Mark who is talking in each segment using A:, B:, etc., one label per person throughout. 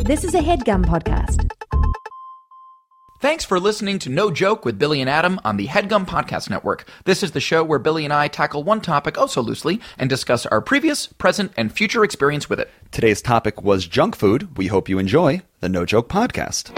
A: This is a headgum podcast.
B: Thanks for listening to No Joke with Billy and Adam on the Headgum Podcast Network. This is the show where Billy and I tackle one topic, oh so loosely, and discuss our previous, present, and future experience with it.
C: Today's topic was junk food. We hope you enjoy the No Joke Podcast.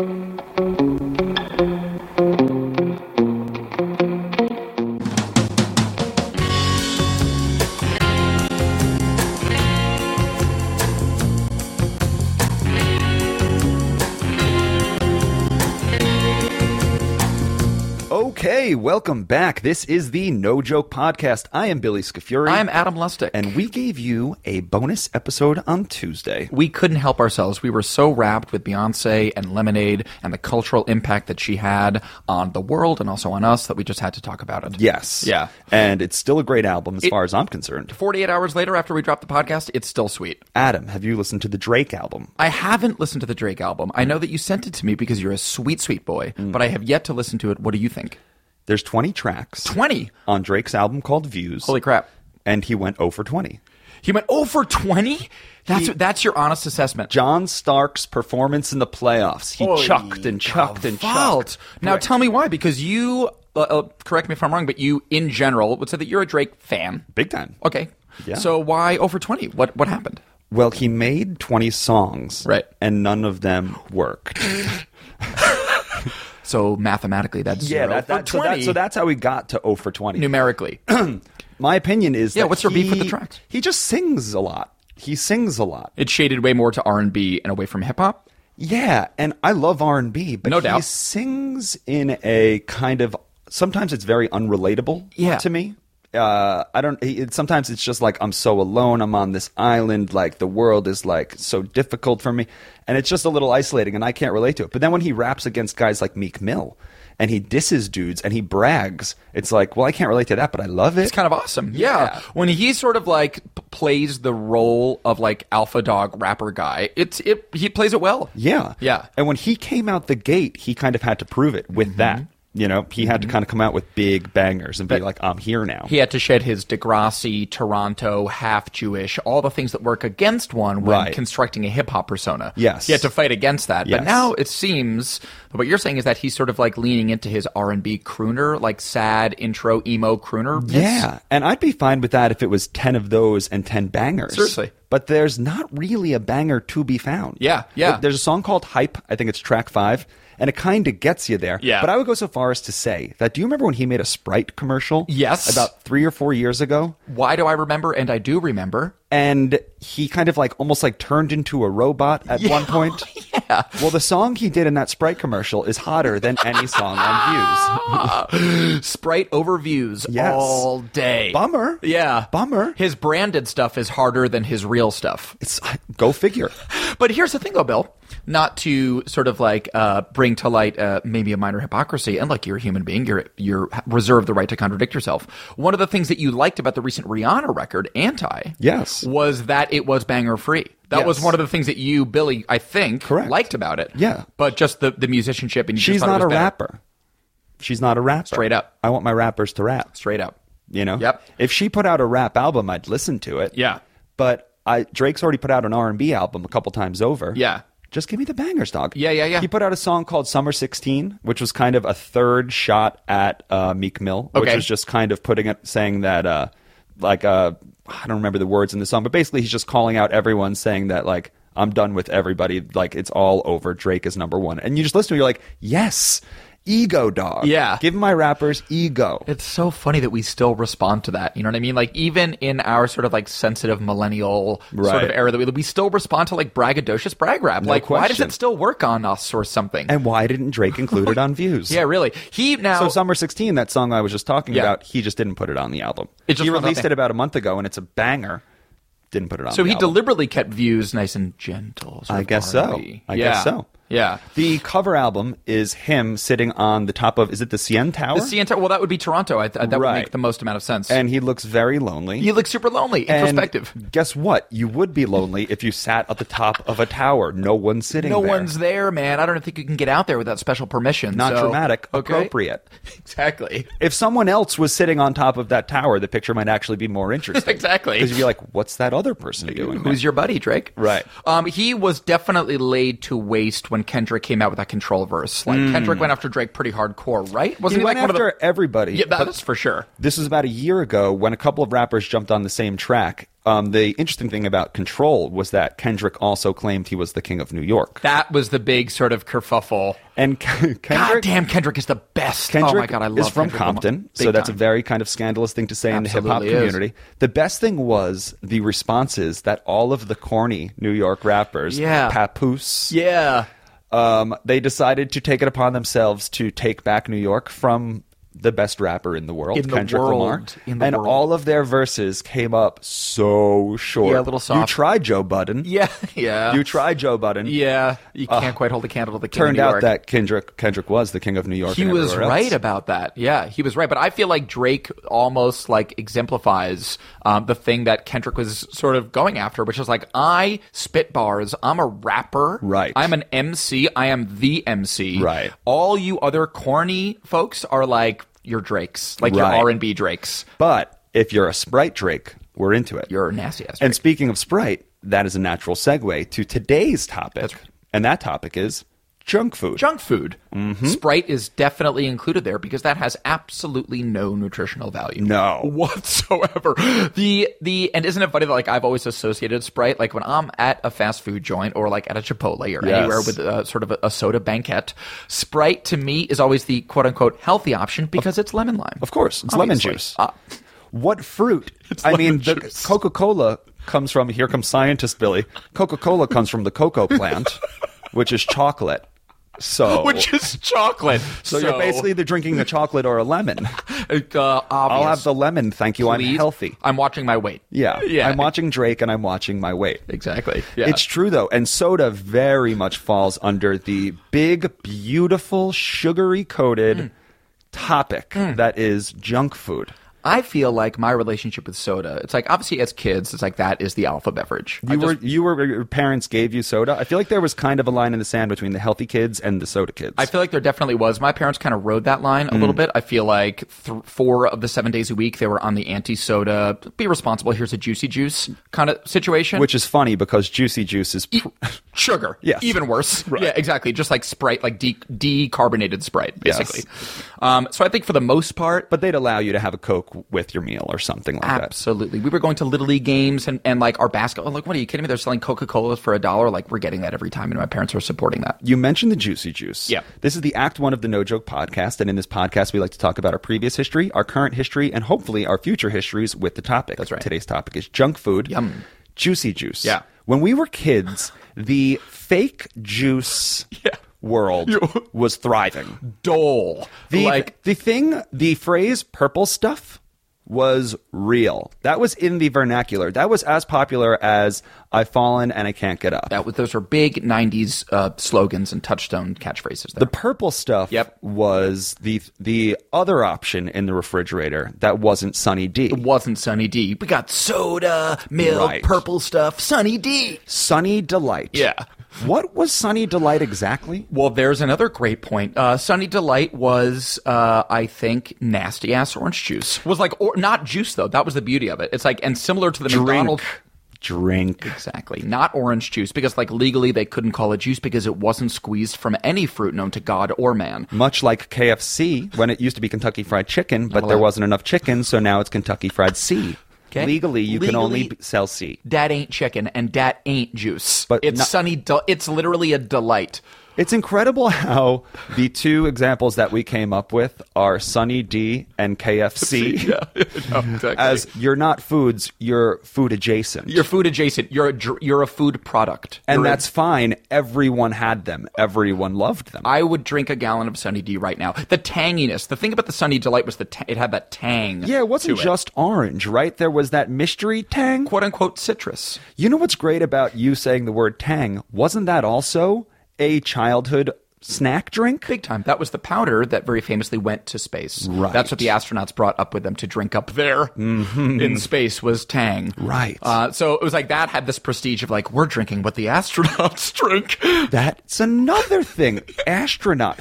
C: Okay, welcome back. This is the No Joke Podcast. I am Billy Scafuri.
B: I'm Adam Lustig.
C: and we gave you a bonus episode on Tuesday.
B: we couldn't help ourselves. We were so wrapped with Beyonce and Lemonade and the cultural impact that she had on the world and also on us that we just had to talk about it.
C: Yes.
B: Yeah.
C: And it's still a great album as far as I'm concerned.
B: 48 hours later after we dropped the podcast, it's still sweet.
C: Adam, have you listened to the Drake album?
B: I haven't listened to the Drake album. I know that you sent it to me because you're a sweet, sweet boy, but I have yet to listen to it. What do you think?
C: There's 20 tracks
B: 20.
C: on Drake's album called Views.
B: Holy crap.
C: And he went 0 for 20.
B: He went oh for 20? That's that's your honest assessment.
C: John Stark's performance in the playoffs. He chucked and chucked and chucked.
B: Fault. Now tell me why because you uh, uh, correct me if I'm wrong, but you in general would say that you're a Drake fan.
C: Big time.
B: Okay.
C: Yeah.
B: So why over 20? What what happened?
C: Well, he made 20 songs.
B: Right.
C: And none of them worked.
B: So mathematically that's
C: yeah,
B: zero
C: that,
B: for
C: that, so,
B: 20
C: that, so that's how he got to 0 for 20.
B: numerically.
C: My opinion is
B: Yeah,
C: that
B: what's your beef with the
C: he-
B: tracks?
C: He just sings a lot. He sings a lot.
B: it shaded way more to R&B and away from hip hop.
C: Yeah, and I love R and B, but
B: No
C: he
B: doubt.
C: sings in a kind of sometimes it's very unrelatable.
B: Yeah.
C: to me, uh, I don't. he- It, sometimes it's just like I'm so alone. I'm on this island. Like the world is like so difficult for me, and it's just a little isolating, and I can't relate to it. But then when he raps against guys like Meek Mill, and he disses dudes, and he brags, it's like, well, I can't relate to that, but I love it.
B: It's kind of awesome. Yeah.
C: Yeah.
B: When he sort of like p- plays the role of like alpha dog rapper guy, it's it he plays it well.
C: Yeah.
B: Yeah. Mm-hmm.
C: And when he came out the gate, he kind of had to prove it with that. You know, he had to kind of come out with big bangers and be like, I'm here now.
B: He had to shed his Degrassi, Toronto, half Jewish, all the things that work against one when
C: Right.
B: constructing a hip hop persona.
C: Yes.
B: He had to fight against that.
C: Yes.
B: But now it seems what you're saying is that he's sort of like leaning into his R and B crooner, like sad intro emo crooner.
C: yeah. And I'd be fine with that if it was 10 of those and 10 bangers.
B: Seriously.
C: But there's not really a banger to be found.
B: Yeah, yeah.
C: There- There's a song called Hype. I think it's track five. And it kind of gets you there.
B: Yeah.
C: But I would go so far as to say that do you remember when he made a Sprite commercial?
B: Yes.
C: About three or four years ago?
B: Why do I remember? And I do remember.
C: and he kind of like almost like turned into a robot at one point. yeah. Well, the song he did in that Sprite commercial is hotter than any song on Views.
B: Sprite overviews
C: Yes.
B: all day.
C: Bummer.
B: Yeah.
C: Bummer.
B: His branded stuff is harder than his real stuff.
C: It's go figure.
B: But here's the thing, though, Bill. Not to sort of like uh, bring to light uh, maybe a minor hypocrisy, and like you're a human being, you're you're reserved the right to contradict yourself. One of the things that you liked about the recent Rihanna record, Anti,
C: Yes.
B: was that it was banger free. That was
C: Yes.
B: one of the things that you, Billy, I think,
C: Correct.
B: liked about it.
C: Yeah.
B: but just the the musicianship and you
C: She's
B: just thought it
C: not a
B: was better.
C: rapper. She's not a rapper.
B: Straight up.
C: I want my rappers to rap.
B: Straight up,
C: You know.
B: Yep.
C: If she put out a rap album, I'd listen to it.
B: Yeah.
C: But I Drake's already put out an R and B album a couple times over.
B: Yeah.
C: Just give me the bangers, dog.
B: Yeah, yeah, yeah.
C: He put out a song called Summer 16, which was kind of a third shot at uh, Meek Mill, which
B: Okay.
C: was just kind of putting it, saying that, uh, like, uh, I don't remember the words in the song, but basically he's just calling out everyone saying that, like, I'm done with everybody. Like, it's all over. Drake is number one. And you just listen to it, you're like, yes, ego, dog.
B: Yeah.
C: Give my rappers ego.
B: It's so funny that we still respond to that. You know what I mean? Like even in our sort of like sensitive millennial sort
C: Right.
B: of era that we we still respond to like braggadocious brag rap. like why does
C: question.
B: it still work on us or something?
C: and why didn't Drake include it on Views?
B: yeah, really. He now
C: So Summer 16, that song I was just talking
B: Yeah.
C: about, he just didn't put it on the album.
B: It just
C: he
B: wasn't
C: released
B: there.
C: it about a month ago, and it's a banger. Didn't put it on.
B: so
C: the
B: he
C: album.
B: deliberately kept views nice and gentle. sort
C: I
B: of
C: guess
B: R&B.
C: so. I
B: Yeah.
C: guess so.
B: Yeah.
C: The cover album is him sitting on the top of is it the CN Tower?
B: The CN Tower. Well, that would be Toronto. I, th- that would
C: Right.
B: make the most amount of sense.
C: and he looks very lonely.
B: you look super lonely,
C: And
B: introspective.
C: Guess what? You would be lonely if you sat at the top of a tower. No one's sitting
B: No
C: there.
B: one's there, man. I don't think you can get out there without special permission.
C: not
B: so-
C: dramatic,
B: Okay.
C: appropriate.
B: Exactly.
C: If someone else was sitting on top of that tower, the picture might actually be more interesting.
B: Exactly.
C: Because you'd be like, what's that other person doing?
B: Who's your buddy, Drake?
C: Right.
B: Um, he was definitely laid to waste when Kendrick came out with that control verse. Like Kendrick went after Drake pretty hardcore, right?
C: Mm. he
B: Wasn't he,
C: went
B: like
C: after
B: one of the
C: everybody.
B: Yeah,
C: but
B: that's for sure.
C: this was about a year ago when a couple of rappers jumped on the same track. Um, the interesting thing about Control was that Kendrick also claimed he was the king of New York.
B: That was the big sort of kerfuffle.
C: And Kendrick,
B: God damn, Kendrick is the best.
C: Kendrick
B: oh my god, I love
C: is from
B: Kendrick Lamar.
C: Compton,
B: Big
C: so that's
B: time.
C: a very kind of scandalous thing to say in the hip hop
B: Absolutely is.
C: community. The best thing was the responses that all of the corny New York rappers,
B: Yeah.
C: Papoose,
B: yeah.
C: um, they decided to take it upon themselves to take back New York from the best rapper in the world,
B: In the
C: Kendrick
B: world.
C: Lamar.
B: In the
C: and
B: world.
C: all of their verses came up so short.
B: Yeah, a little
C: You
B: soft.
C: tried Joe Budden.
B: Yeah, yeah.
C: You tried Joe Budden.
B: Yeah, you can't quite hold a candle to the king of
C: Turned
B: New
C: out
B: York.
C: that Kendrick Kendrick was the king of New York.
B: he
C: and
B: was
C: everywhere else.
B: right about that. Yeah, he was right. But I feel like Drake almost like exemplifies um, the thing that Kendrick was sort of going after, which is like I spit bars. I'm a rapper.
C: Right.
B: I'm an MC. I am the MC.
C: Right.
B: All you other corny folks are like you're Drakes, like your
C: Right.
B: R and B Drakes.
C: But if you're a Sprite Drake, we're into it.
B: You're nasty ass.
C: and speaking of Sprite, that is a natural segue to today's topic. And that topic is junk food.
B: junk food.
C: Mm-hmm.
B: Sprite is definitely included there because that has absolutely no nutritional value.
C: No.
B: Whatsoever. The the and isn't it funny that like I've always associated Sprite like when I'm at a fast food joint or like at a Chipotle or
C: Yes.
B: anywhere with uh, sort of a, a soda banquette, Sprite to me is always the quote unquote healthy option because it's lemon lime.
C: Of course, it's lemon
B: Obviously.
C: juice.
B: Uh,
C: What fruit? I
B: lemon
C: mean, the
B: juice.
C: Coca Cola comes from. Here comes scientist Billy. Coca Cola comes from the cocoa plant, which is chocolate. So,
B: which is chocolate.
C: so, you're basically either drinking the chocolate or a lemon.
B: uh,
C: I'll
B: obvious.
C: have the lemon. Thank you. I'm
B: Please.
C: healthy.
B: I'm watching my weight.
C: Yeah,
B: Yeah.
C: I'm watching Drake and I'm watching my weight.
B: Exactly. Yeah.
C: It's true though, and soda very much falls under the big, beautiful, sugary coated
B: Mm.
C: topic that is junk food.
B: I feel like my relationship with soda, it's like obviously as kids, it's like that is the alpha beverage. I
C: You
B: just-
C: were you were your parents gave you soda. I feel like there was kind of a line in the sand between the healthy kids and the soda kids.
B: I feel like there definitely was. My parents kind of rode that line a
C: Mm.
B: little bit. I feel like th- four of the seven days a week, they were on the anti soda, be responsible, here's a juicy juice kind of situation.
C: which is funny because juicy juice is
B: E
C: pr-
B: sugar.
C: Yes.
B: Even worse. Yeah, exactly. Just like Sprite, like de- decarbonated Sprite,
C: Yes.
B: basically. Um, so I think for the most part,
C: but they'd allow you to have a coke with your meal or something like that.
B: Absolutely. We were going to Little League games and, and like our basketball. Like, what are you kidding me? They're selling Coca Cola for a dollar. Like, we're getting that every time, and my parents are supporting that.
C: You mentioned the juicy juice.
B: Yeah.
C: This is the act 1 of the No Joke podcast and in this podcast we like to talk about our previous history, our current history and hopefully our future histories with the topic. That's
B: right.
C: Today's topic is junk food.
B: Yum.
C: Juicy juice.
B: Yeah.
C: When we were kids, the fake juice world was thriving.
B: Dole.
C: The,
B: like,
C: the thing, the phrase purple stuff was real. That was in the vernacular. That was as popular as I've fallen and I can't get up.
B: that was, those are big 90s uh, slogans and touchstone catchphrases. There.
C: the purple stuff
B: Yep.
C: was the the other option in the refrigerator that wasn't Sunny D.
B: wasn't Sunny D. We got soda, milk,
C: Right.
B: purple stuff, Sunny D.
C: Sunny Delight.
B: Yeah.
C: What was Sunny Delight exactly?
B: Well, there's another great point. Uh, Sunny Delight was, uh, I think, nasty ass orange juice. Was like, or, not juice though. That was the beauty of it. It's like, and similar to the McDonald's.
C: Drink.
B: Exactly. Not orange juice because like legally they couldn't call it juice because it wasn't squeezed from any fruit known to God or man.
C: Much like KFC when it used to be Kentucky Fried Chicken, but there
B: allowed.
C: wasn't enough chicken, so now it's Kentucky Fried C.
B: Okay.
C: Legally, you can only
B: Legally-
C: b- sell C.
B: Dat ain't chicken and dat ain't juice.
C: But
B: it's
C: not-
B: sunny del- it's literally a delight.
C: It's incredible how the two examples that we came up with are Sunny D and KFC. As you're not foods, you're food adjacent.
B: you're food adjacent. You're a dr- you're a food product.
C: and
B: You're a-
C: that's fine. Everyone had them. Everyone loved them.
B: I would drink a gallon of Sunny D right now. The tanginess. The thing about the Sunny Delight was the ta- it had that tang.
C: yeah, it wasn't
B: to
C: just orange, right? There was that mystery tang.
B: quote unquote citrus.
C: You know what's great about you saying the word tang? Wasn't that also a childhood snack drink.
B: Big time. That was the powder that very famously went to space.
C: Right.
B: That's what the astronauts brought up with them to drink up there in space was Tang.
C: Mm-hmm. Right.
B: Uh, so it was like that had this prestige of like, we're drinking what the astronauts drink.
C: That's another thing. Astronaut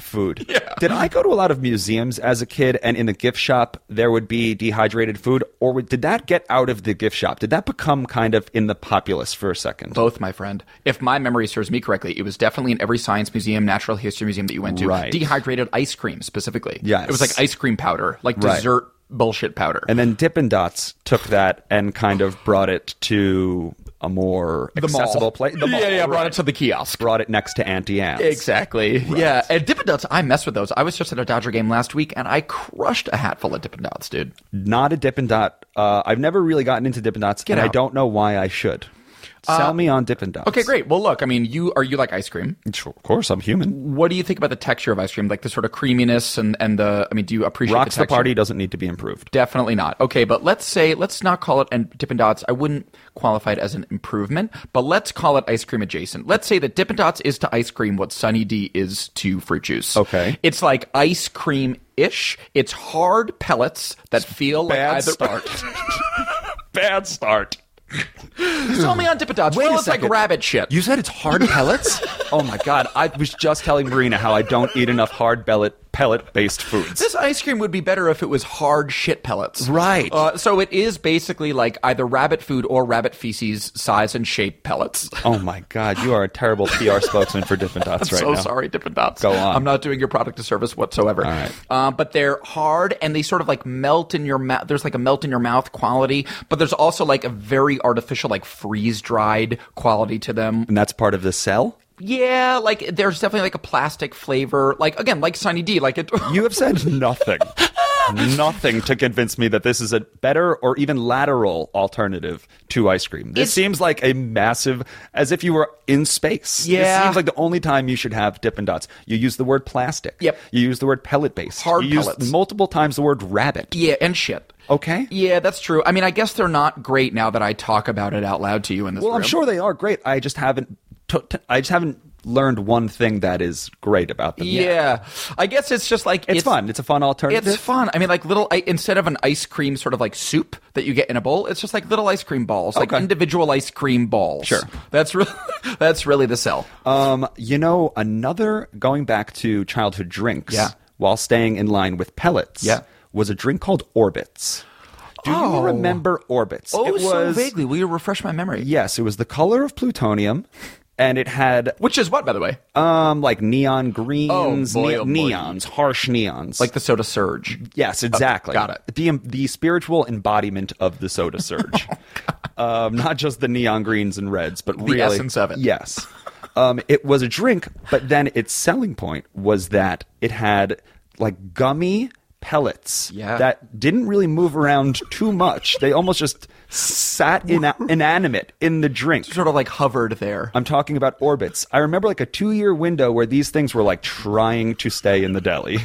C: food. Did I go to a lot of museums as a kid and in the gift shop there would be dehydrated food or would- did that get out of the gift shop? Did that become kind of in the populace for a second?
B: Both, my friend. If my memory serves me correctly, it was definitely in every science museum, natural history museum that you went to.
C: Right.
B: Dehydrated ice cream, specifically.
C: Yes.
B: It was like ice cream powder, like
C: Right.
B: dessert bullshit powder.
C: And then Dippin' Dots took that and kind of brought it to a more accessible place.
B: Yeah, yeah, brought it to the kiosk.
C: brought it next to Auntie Anne's.
B: Exactly. Yeah. And Dippin' Dots, I mess with those. I was just at a Dodger game last week and I crushed a hat full of Dippin' Dots, dude.
C: Not a Dippin' Dot. Uh, I've never really gotten into Dippin' Dots, and I
B: out. Uh,
C: don't know why I should. Sell me on Dippin' Dots.
B: Okay, great. Well, look, I mean, you are you like ice cream?
C: Of course, I'm human.
B: What do you think about the texture of ice cream, like the sort of creaminess and and the? I mean, do you appreciate
C: Rocks
B: the,
C: the
B: texture?
C: party doesn't need to be improved.
B: Definitely not. Okay, but let's say let's not call it and Dippin' Dots. I wouldn't qualify it as an improvement, but let's call it ice cream adjacent. Let's say that Dippin' Dots is to ice cream what Sunny D is to fruit juice.
C: Okay.
B: it's like ice cream ish. It's hard pellets that feel like
C: Bad
B: either
C: start. Bad start.
B: Sell me on Dippin' Dots. Well, it's like rabbit shit.
C: You said it's hard pellets? oh my god! I was just telling Marina how I don't eat enough hard pellet pellet based foods.
B: This ice cream would be better if it was hard shit pellets.
C: Right.
B: Uh, so it is basically like either rabbit food or rabbit feces size and shape pellets.
C: oh my god! You are a terrible PR spokesman for Dippin' Dots right
B: so
C: now.
B: sorry, Dippin' Dots.
C: Go on.
B: I'm not doing your product a service whatsoever. All
C: right.
B: but they're hard and they sort of like melt in your mouth. There's like a melt in your mouth quality, but there's also like a very artificial, like freeze dried quality to them.
C: And that's part of the sell.
B: Yeah, like there's definitely like a plastic flavor. Like again, like Sunny D. Like it.
C: You have said nothing. nothing to convince me that this is a better or even lateral alternative to ice cream. This
B: It's-
C: seems like a massive, as if you were in space. This
B: Yeah.
C: seems like the only time you should have Dippin' Dots. You use the word plastic.
B: Yep.
C: You use the word pellet based.
B: Hard
C: you
B: pellets.
C: Use multiple times the word rabbit.
B: yeah, and shit.
C: Okay.
B: Yeah, that's true. I mean, I guess they're not great now that I talk about it out loud to you in this
C: Well, I'm
B: room.
C: sure they are great. I just haven't. t- t- I just haven't learned one thing that is great about them.
B: Yeah.
C: yet.
B: I guess it's just like
C: It's, fun. It's a fun alternative.
B: It's fun. I mean, like little I, instead of an ice cream sort of like soup that you get in a bowl, it's just like little ice cream balls, like
C: Okay.
B: individual ice cream balls.
C: Sure.
B: that's really that's really the sell.
C: Um, you know, another going back to childhood drinks
B: Yeah.
C: while staying in line with pellets
B: Yeah.
C: was a drink called Orbits. Do
B: Oh.
C: you remember Orbits?
B: oh,
C: it was
B: so vaguely. Will you refresh my memory?
C: Yes, it was the color of plutonium and it had
B: Which is what, by the way,
C: um like neon greens,
B: boy,
C: ne-
B: oh boy.
C: neons, harsh neons.
B: like the soda surge.
C: Yes, exactly.
B: got it.
C: The the spiritual embodiment of the soda surge, um, not just the neon greens and reds, but
B: The
C: really
B: essence of it.
C: Yes, um, it was a drink, but then its selling point was that it had like gummy pellets
B: Yeah.
C: that didn't really move around too much. they almost just sat ina- inanimate in the drink.
B: Sort of like hovered there.
C: I'm talking about orbits. I remember like a two year window where these things were like trying to stay in the deli.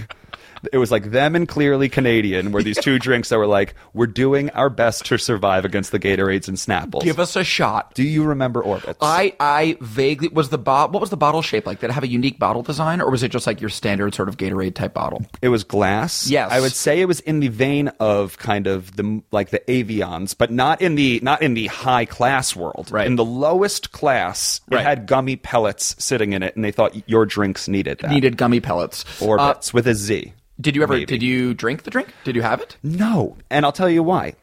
C: It was like them and clearly Canadian were these two drinks that were like, we're doing our best to survive against the Gatorades and Snapples.
B: Give us a shot.
C: Do you remember orbits?
B: I I vaguely was the bot. What was the bottle shape like? Did it have a unique bottle design, or was it just like your standard sort of Gatorade type bottle?
C: it was glass.
B: Yes.
C: I would say it was in the vein of kind of the like the avions, but not in the not in the high class world.
B: Right.
C: In the lowest class,
B: Right.
C: it had gummy pellets sitting in it, and they thought your drinks needed that.
B: Needed gummy pellets. Uh,
C: orbits with a Z.
B: did you ever?
C: Maybe.
B: Did you drink the drink? Did you have it?
C: No, and I'll tell you why.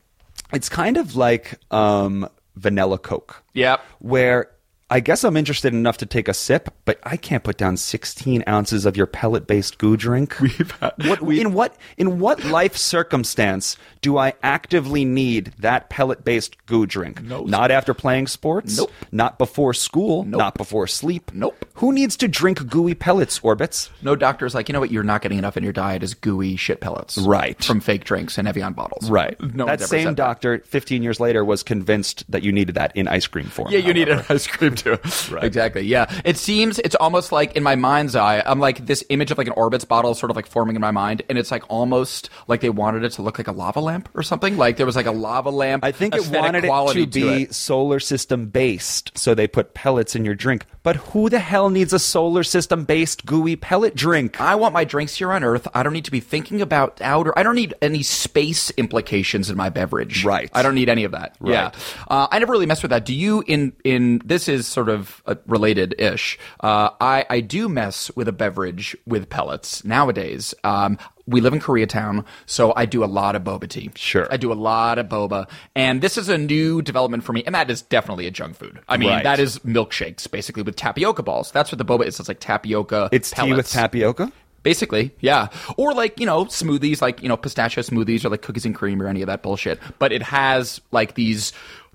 C: It's kind of like um, vanilla Coke.
B: Yep.
C: Where I guess I'm interested enough to take a sip, but I can't put down 16 ounces of your pellet-based goo drink. We've had, what, in what in what life circumstance do I actively need that pellet-based goo drink? No, not after playing sports.
B: Nope.
C: Not before school. Not before sleep.
B: Nope.
C: Who needs to drink gooey pellets, Orbits?
B: No doctor's like, you know what? You're not getting enough in your diet is gooey shit pellets,
C: Right.
B: From fake drinks and Evian bottles,
C: Right.
B: No,
C: that
B: one's ever
C: same
B: said
C: doctor, 15 years later, was convinced that you needed that in ice cream form.
B: Yeah, you need
C: however.
B: an ice cream to. Right. Exactly. Yeah. It seems it's almost like in my mind's eye, I'm like this image of like an Orbitz bottle sort of like forming in my mind, and it's like almost like they wanted it to look like a lava lamp or something. Like there was like a lava lamp.
C: I think it
B: aesthetic
C: wanted it
B: quality
C: to be
B: it.
C: solar system based, so they put pellets in your drink. But who the hell needs a solar system based gooey pellet drink?
B: I want my drinks here on Earth. I don't need to be thinking about outer. I don't need any space implications in my beverage.
C: Right.
B: I don't need any of that. Yeah. Uh, I never really mess with that. Do you? In in this is sort of uh, related ish. Uh, I I do mess with a beverage with pellets nowadays. Um, we live in Koreatown, so I do a lot of boba tea.
C: Sure.
B: I do a lot of boba, and this is a new development for me. And that is definitely a junk food. I mean,
C: Right.
B: that is milkshakes basically with tapioca balls. That's what the boba is. It's like tapioca.
C: It's tea with
B: pellets.
C: tapioca.
B: Basically, yeah. Or like, you know, smoothies, like, you know, pistachio smoothies or like cookies and cream or any of that bullshit. But it has like these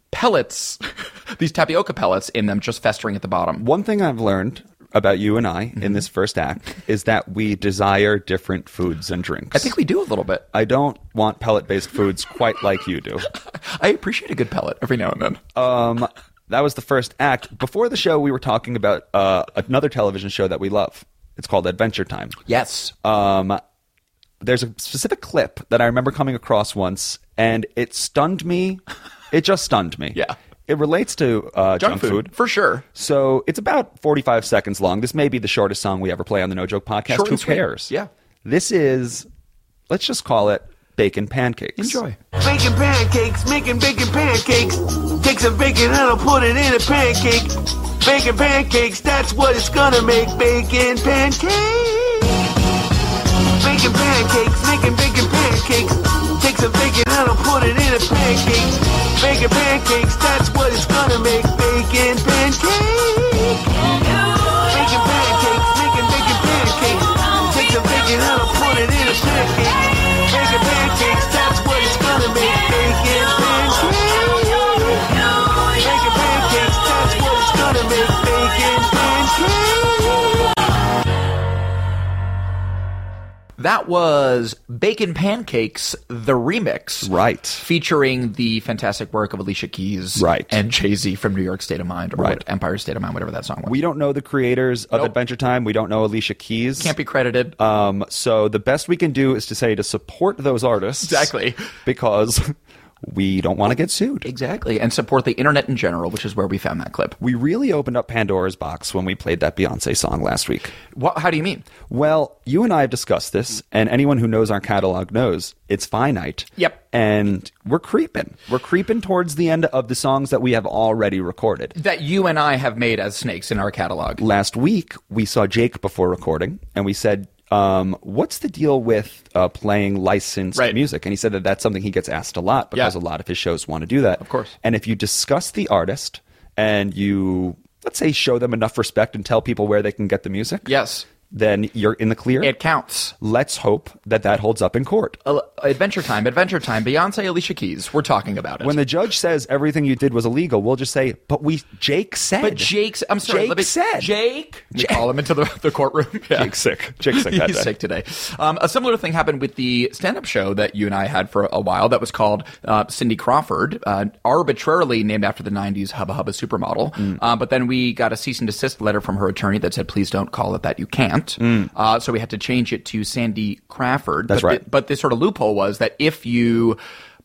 B: pellets, these tapioca pellets in them just festering at the bottom.
C: One thing I've learned about you and I
B: Mm-hmm.
C: in this first act is that we desire different foods and drinks.
B: I think we do a little bit.
C: I don't want pellet based foods quite like you do.
B: I appreciate a good pellet every now and then. Uh,
C: Um, that was the first act. Before the show, we were talking about uh, another television show that we love. It's called Adventure Time.
B: yes.
C: Um, there's a specific clip that I remember coming across once, and it stunned me. It just stunned me.
B: Yeah.
C: It relates to uh, junk, food.
B: For sure.
C: So it's about 45 seconds long. This may be the shortest song we ever play on the No Joke podcast.
B: Short
C: Who
B: and sweet.
C: cares?
B: Yeah.
C: This is, let's just call it bacon pancakes.
B: Enjoy.
D: Baking pancakes, making bacon pancakes. Take some bacon and I'll put it in a pancake. Bacon pancakes, that's what it's gonna make. Bacon pancakes. Bacon pancakes, making bacon pancakes. Take some bacon and I'll put it in a pancake. Bacon pancakes, that's what it's gonna make. Bacon pancakes. Bacon pancakes, making bacon pancakes. Take some bacon and I'll put it in a pancake. Bacon pancakes, that's what it's gonna make. Bacon pancakes. Bacon pancakes, that's what it's gonna make. Bacon pancakes.
B: That was Bacon Pancakes, the remix.
C: Right.
B: Featuring the fantastic work of Alicia Keys
C: Right.
B: and Jay Z from New York State of Mind or
C: Right.
B: what- Empire State of Mind, whatever that song was.
C: We don't know the creators of
B: Nope.
C: Adventure Time. We don't know Alicia Keys.
B: can't be credited.
C: Um, so the best we can do is to say to support those artists.
B: Exactly.
C: Because we don't want to get sued.
B: Exactly, and support the internet in general, which is where we found that clip.
C: We really opened up Pandora's box when we played that Beyonce song last week.
B: What, how do you mean?
C: Well, you and I have discussed this, and anyone who knows our catalog knows it's finite.
B: Yep.
C: And we're creeping. We're creeping towards the end of the songs that we have already recorded.
B: That you and I have made as snakes in our catalog.
C: Last week, we saw Jake before recording, and we said, um, What's the deal with uh, playing licensed
B: Right.
C: music? And he said that that's something he gets asked a lot because
B: Yeah.
C: a lot of his shows want to do that. Of
B: course.
C: And if you discuss the artist and you, let's say, show them enough respect and tell people where they can get the music.
B: Yes.
C: Then you're in the clear.
B: It counts.
C: Let's hope that that holds up in court.
B: Al- Adventure Time, Adventure Time, Beyonce, Alicia Keys. We're talking about it.
C: When the judge says everything you did was illegal, we'll just say, "But we, Jake said."
B: but Jake's, I'm sorry,
C: Jake
B: let me,
C: said.
B: Jake. We call him into the, the courtroom. Yeah.
C: Jake's sick. Jake's sick that
B: He's
C: day.
B: sick today. Um, a similar thing happened with the stand-up show that you and I had for a while. That was called uh, Cindy Crawford, uh, arbitrarily named after the '90s Hubba Hubba supermodel.
C: Mm.
B: Uh, but then we got a cease and desist letter from her attorney that said, "Please don't call it that. You can't." Uh, so we had to change it to Sandy Crawford.
C: Mm. That's
B: but
C: right.
B: The, but this sort of loophole was that if you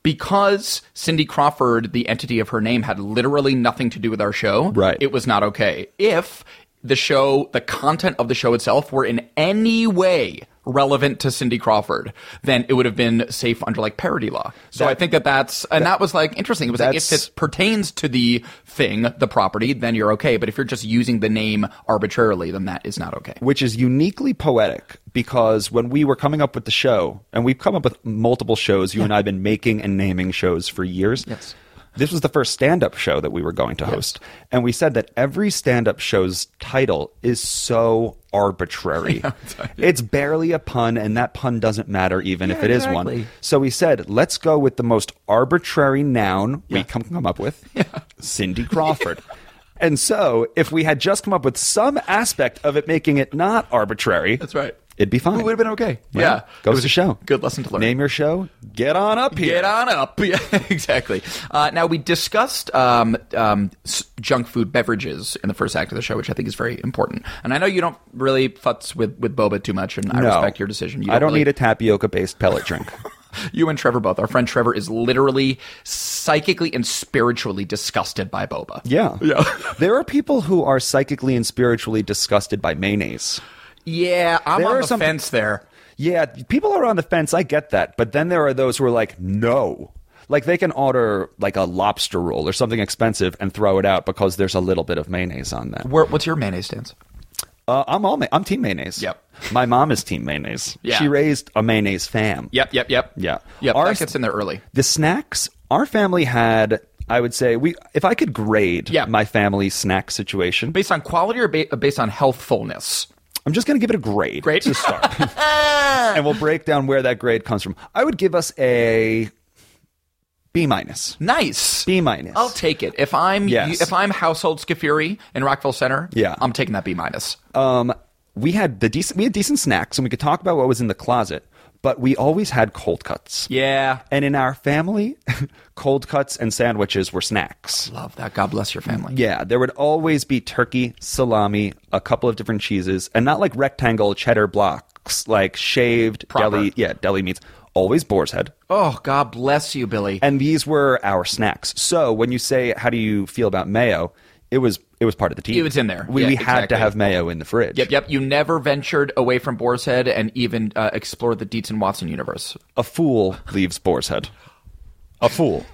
B: because Cindy Crawford, the entity of her name, had literally nothing to do with our show,
C: Right.
B: it was not okay. If the show, the content of the show itself were in any way relevant to Cindy Crawford, then it would have been safe under like parody law. So I think that that's, and that, was like interesting. It was like if
C: That's-
B: it pertains to the thing, the property, then you're okay. But if you're just using the name arbitrarily, then that is not okay.
C: which is uniquely poetic because when we were coming up with the show, and we've come up with multiple shows, you and I have been making and naming shows for years.
B: Yes.
C: This was the first stand up show that we were going to host. And we said that every stand up show's title is so arbitrary. it's barely a pun, and that pun doesn't matter even if it is
B: exactly.
C: one. So we said, let's go with the most arbitrary noun we can come up with Cindy Crawford. And so, if we had just come up with some aspect of it making it not arbitrary,
B: That's right.
C: it'd be fine.
B: It would have been okay.
C: Well,
B: yeah. It
C: goes
B: was
C: to
B: a
C: show.
B: Good lesson to learn.
C: Name your show. Get on up here.
B: Get on up. Yeah, exactly. Uh, now, we discussed um, um, s- junk food beverages in the first act of the show, which I think is very important. And I know you don't really futz with, with boba too much, and I
C: No.
B: respect your decision. You
C: I don't
B: really-
C: need a tapioca based pellet drink.
B: You and Trevor both. Our friend Trevor is literally psychically and spiritually disgusted by boba.
C: Yeah.
B: Yeah.
C: there are people who are psychically and spiritually disgusted by mayonnaise.
B: Yeah, I'm
C: There
B: on
C: are
B: the
C: some-
B: fence there.
C: Yeah, people are on the fence. I get that. But then there are those who are like, no. Like they can order like a lobster roll or something expensive and throw it out because there's a little bit of mayonnaise on that.
B: Where, what's your mayonnaise stance?
C: Uh, I'm all ma- I'm team mayonnaise.
B: Yep.
C: My mom is team mayonnaise.
B: Yeah.
C: She raised a mayonnaise fam.
B: Yep, yep, yep.
C: Yeah.
B: Yep,
C: Ours-
B: that gets in there early.
C: The snacks, our family had, I would say, we if I could grade
B: Yeah.
C: my family's snack situation,
B: Based on quality or ba- based on healthfulness?
C: I'm just going to give it a grade.
B: Great.
C: To start. and we'll break down where that grade comes from. I would give us a B minus.
B: Nice.
C: B minus.
B: I'll take it. If I'm
C: Yes.
B: if I'm household Scafuri in Rockville Center,
C: Yeah.
B: I'm taking that B minus.
C: um, we had the decent we had decent snacks and we could talk about what was in the closet, but we always had cold cuts.
B: Yeah.
C: And in our family, cold cuts and sandwiches were snacks.
B: Love that. God bless your family.
C: Yeah, there would always be turkey, salami, a couple of different cheeses, and not like rectangle cheddar blocks, like shaved
B: Proper.
C: deli, yeah, deli meats. Always boar's head.
B: Oh, God bless you, Billy.
C: And these were our snacks. So when you say how do you feel about mayo, it was it was part of the team.
B: It was in there.
C: We,
B: Yeah,
C: we had
B: exactly.
C: to have mayo in the fridge.
B: Yep, yep. You never ventured away from Boar's Head and even uh, explored the Dietz and Watson universe.
C: A fool leaves boar's head. A fool.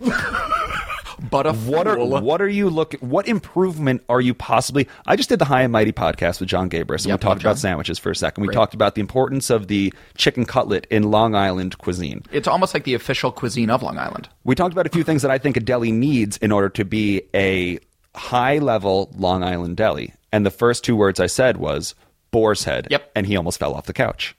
B: But a
C: What are
B: fool.
C: what are you looking? What improvement are you possibly? I just did the High and Mighty podcast with John Gabris, and
B: Yep,
C: we talked
B: John.
C: about sandwiches for a second. We talked about the importance of the chicken cutlet in Long Island cuisine.
B: It's almost like the official cuisine of Long Island.
C: We talked about a few things that I think a deli needs in order to be a high level Long Island deli. And the first two words I said was boar's head.
B: Yep.
C: And he almost fell off the couch.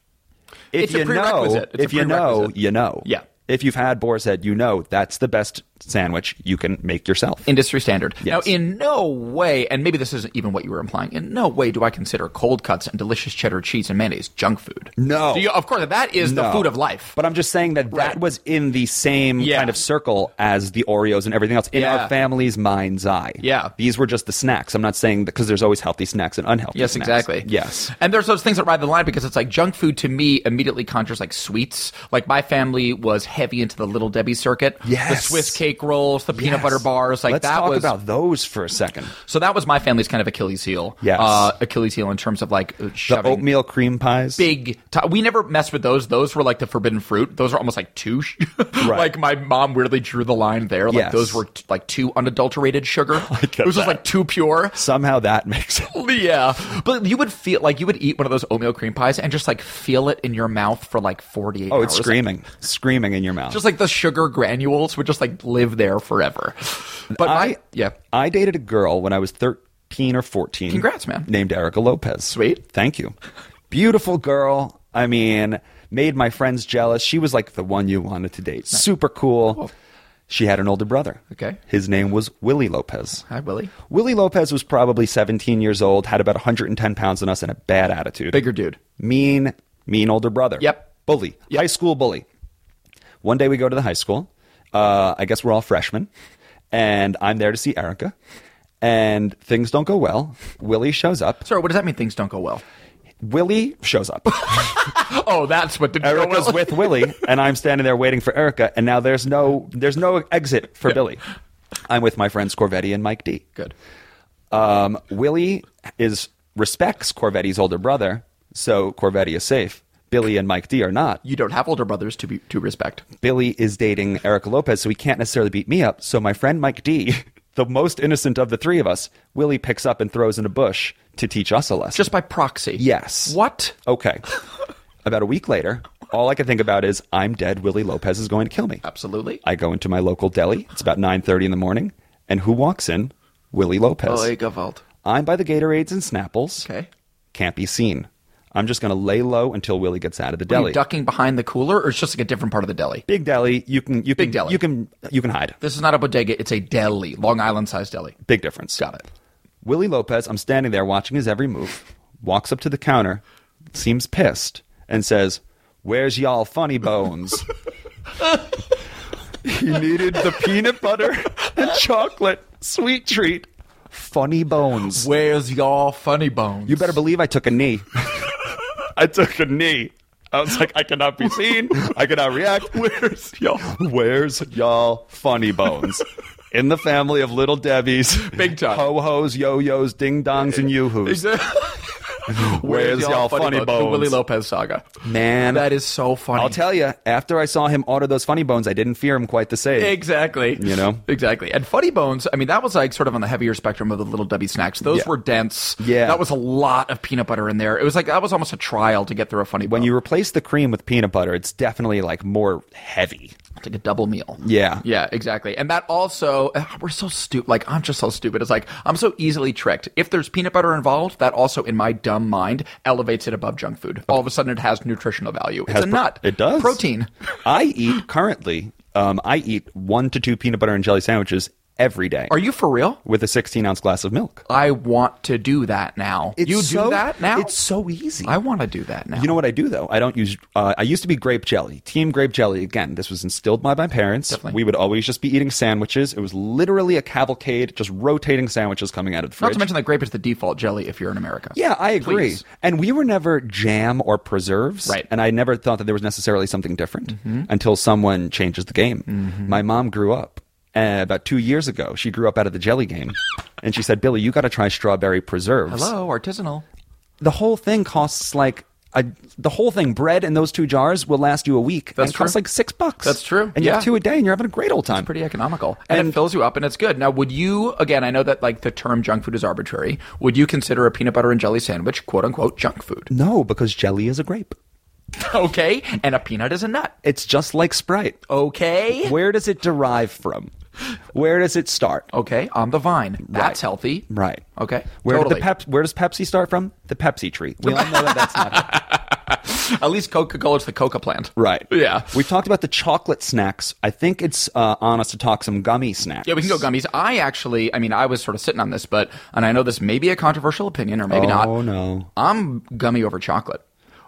C: If
B: It's a
C: you know,
B: prerequisite. It's a
C: if you know,
B: prerequisite.
C: you know.
B: Yeah.
C: If you've had boar's head, you know that's the best sandwich you can make yourself.
B: Industry standard.
C: Yes.
B: Now, in no way, and maybe this isn't even what you were implying, in no way do I consider cold cuts and delicious cheddar cheese and mayonnaise junk food.
C: No.
B: Do you- of course, that is the
C: No.
B: food of life.
C: But I'm just saying that
B: Right.
C: that was in the same
B: Yeah.
C: kind of circle as the Oreos and everything else in
B: Yeah.
C: our family's mind's eye.
B: Yeah.
C: These were just the snacks. I'm not saying because there's always healthy snacks and unhealthy
B: Yes,
C: snacks.
B: exactly.
C: Yes.
B: And there's those things that ride the line because it's like junk food to me immediately conjures like sweets. Like my family was heavy into the Little Debbie circuit. The
C: Yes.
B: Swiss cake rolls, the peanut
C: Yes.
B: butter bars. Like
C: Let's
B: that
C: talk
B: was
C: about those for a second.
B: so that was my family's kind of Achilles heel.
C: Yes.
B: Uh, Achilles heel in terms of like
C: The
B: shoving
C: oatmeal cream pies.
B: big. T- we never messed with those. Those were like the forbidden fruit. Those are almost like two. Sh-
C: Right.
B: like my mom weirdly drew the line there. Like
C: Yes.
B: those were t- like two unadulterated sugar.
C: get
B: it was just
C: that.
B: like too pure.
C: Somehow that makes it.
B: Yeah, but you would feel like you would eat one of those oatmeal cream pies and just like feel it in your mouth for like forty eight.
C: Oh, it's
B: hours.
C: screaming, screaming in your mouth.
B: Just like the sugar granules would just like live there forever. But
C: I
B: my, yeah,
C: I dated a girl when I was 13 or 14.
B: Congrats, man.
C: Named Erica Lopez.
B: Sweet.
C: Thank you. Beautiful girl. I mean, made my friends jealous. She was like the one you wanted to date. Super cool. She had an older brother.
B: Okay.
C: His name was Willie Lopez.
B: hi Willie,
C: Willie Lopez was probably 17 years old, had about 110 pounds than us, and a bad attitude.
B: bigger dude.
C: Mean, mean older brother.
B: Yep.
C: Bully. High school bully. One day we go to the high school. Uh, I guess we're all freshmen. And I'm there to see Erica. And things don't go well. Willie shows up.
B: Sorry, what does that mean? Things don't go well.
C: Willie shows up.
B: Oh, that's what didn't go
C: Erica's
B: well.
C: with Willie, and I'm standing there waiting for Erica. And now there's no there's no exit for Billy. I'm with my friends Corvetti and Mike D.
B: Good.
C: Um, Willie is respects Corvetti's older brother, so Corvetti is safe. Billy and Mike D are not.
B: You don't have older brothers to be to respect.
C: Billy is dating Erica Lopez, so he can't necessarily beat me up. So my friend Mike D, the most innocent of the three of us, Willie picks up and throws in a bush to teach us a lesson.
B: Just by proxy.
C: Yes. Oh.
B: What?
C: okay. about a week later, all I can think about is I'm dead. Willie Lopez is going to kill me.
B: Absolutely.
C: I go into my local deli. It's about 9:30 in the morning, and who walks in? Willie Lopez.
B: Gavald.
C: I'm by the Gatorades and Snapples.
B: Oh, Okay.
C: Can't be seen. I'm just going to lay low until Willie gets out of the
B: Are
C: deli.
B: you ducking behind the cooler, or it's just like a different part of the deli?
C: Big deli. You can. You can.
B: Big deli.
C: You can. You can hide.
B: This is not a bodega; it's a deli, Long Island-sized deli.
C: Big difference.
B: Got it.
C: Willie Lopez. I'm standing there watching his every move. Walks up to the counter. Seems pissed. and says, "Where's y'all funny bones?" he needed the peanut butter and chocolate sweet treat, funny bones.
B: Where's y'all funny bones?
C: You better believe I took a knee. I took a knee. I was like, I cannot be seen. I cannot react. Where's y'all? Where's y'all funny bones? In the family of little Debbie's,
B: Big time.
C: ho hos, yo yos, ding dongs, and yoo hoos. Where's y'all funny
B: The
C: bones?
B: Willie Lopez saga.
C: Man,
B: That is so funny.
C: I'll tell you. After I saw him order those funny bones, I didn't fear him quite the same.
B: Exactly.
C: You know?
B: Exactly. And Funny Bones, I mean, that was like sort of on the heavier spectrum of the Little Debbie snacks. Those
C: Yeah.
B: were dense.
C: Yeah.
B: That was a lot of peanut butter in there. It was like, that was almost a trial to get through a Funny
C: when
B: Bone.
C: you replace the cream with peanut butter, it's definitely like more heavy.
B: It's like a double meal.
C: Yeah.
B: Yeah, exactly. And that also, ah, we're so stupid. Like, I'm just so stupid. It's like, I'm so easily tricked. If there's peanut butter involved, that also, in my dumb mind, elevates it above junk food. All of a sudden, it has nutritional value. It's
C: Has
B: a
C: pro-
B: nut.
C: It does
B: Protein.
C: I eat currently. Um, I eat one to two peanut butter and jelly sandwiches every day.
B: Are you for real?
C: with a 16 ounce glass of milk?
B: I want to do that now. you do that now?
C: It's so easy.
B: I want to do that now.
C: You know what I do though? I don't use. Uh, I used to be grape jelly, team grape jelly. Again, this was instilled by my parents. We would always just be eating sandwiches. It was literally a cavalcade, just rotating sandwiches coming out of the fridge.
B: Not to mention that grape is the default jelly if you're in America.
C: yeah, I agree.
B: Please.
C: And we were never jam or preserves.
B: Right. Mm-hmm.
C: And I never thought that there was necessarily something different until someone changes the game. My mom grew up uh, about two years ago. She grew up out of the jelly game. and she said, Billy, you got to try strawberry preserves
B: Hello, artisanal.
C: the whole thing costs like a, the whole thing bread and those two jars will last you a week
B: That's
C: and costs
B: true.
C: like six bucks
B: That's true.
C: and you have
B: Yeah.
C: two a day and you're having a great old time
B: Pretty economical. And,
C: And-
B: it fills you up and it's good. Now, would you, again, I know that like the term junk food is arbitrary. Would you consider a peanut butter and jelly sandwich, quote unquote, junk food?
C: no because jelly is a grape
B: Okay. And a peanut is a nut.
C: it's just like sprite
B: Okay.
C: where does it derive from where does it start
B: Okay. On the vine. That's healthy.
C: right
B: Okay.
C: where did
B: totally.
C: the pep- where does pepsi start from the pepsi tree we all know that that's not
B: At least Coca Cola is the coca plant.
C: right
B: Yeah.
C: we've talked about the chocolate snacks i think it's uh, on us to talk some gummy snacks
B: Yeah, we can go gummies. I actually, I mean, I was sort of sitting on this, but, and I know this may be a controversial opinion or maybe not.
C: Oh, no.
B: I'm gummy over chocolate.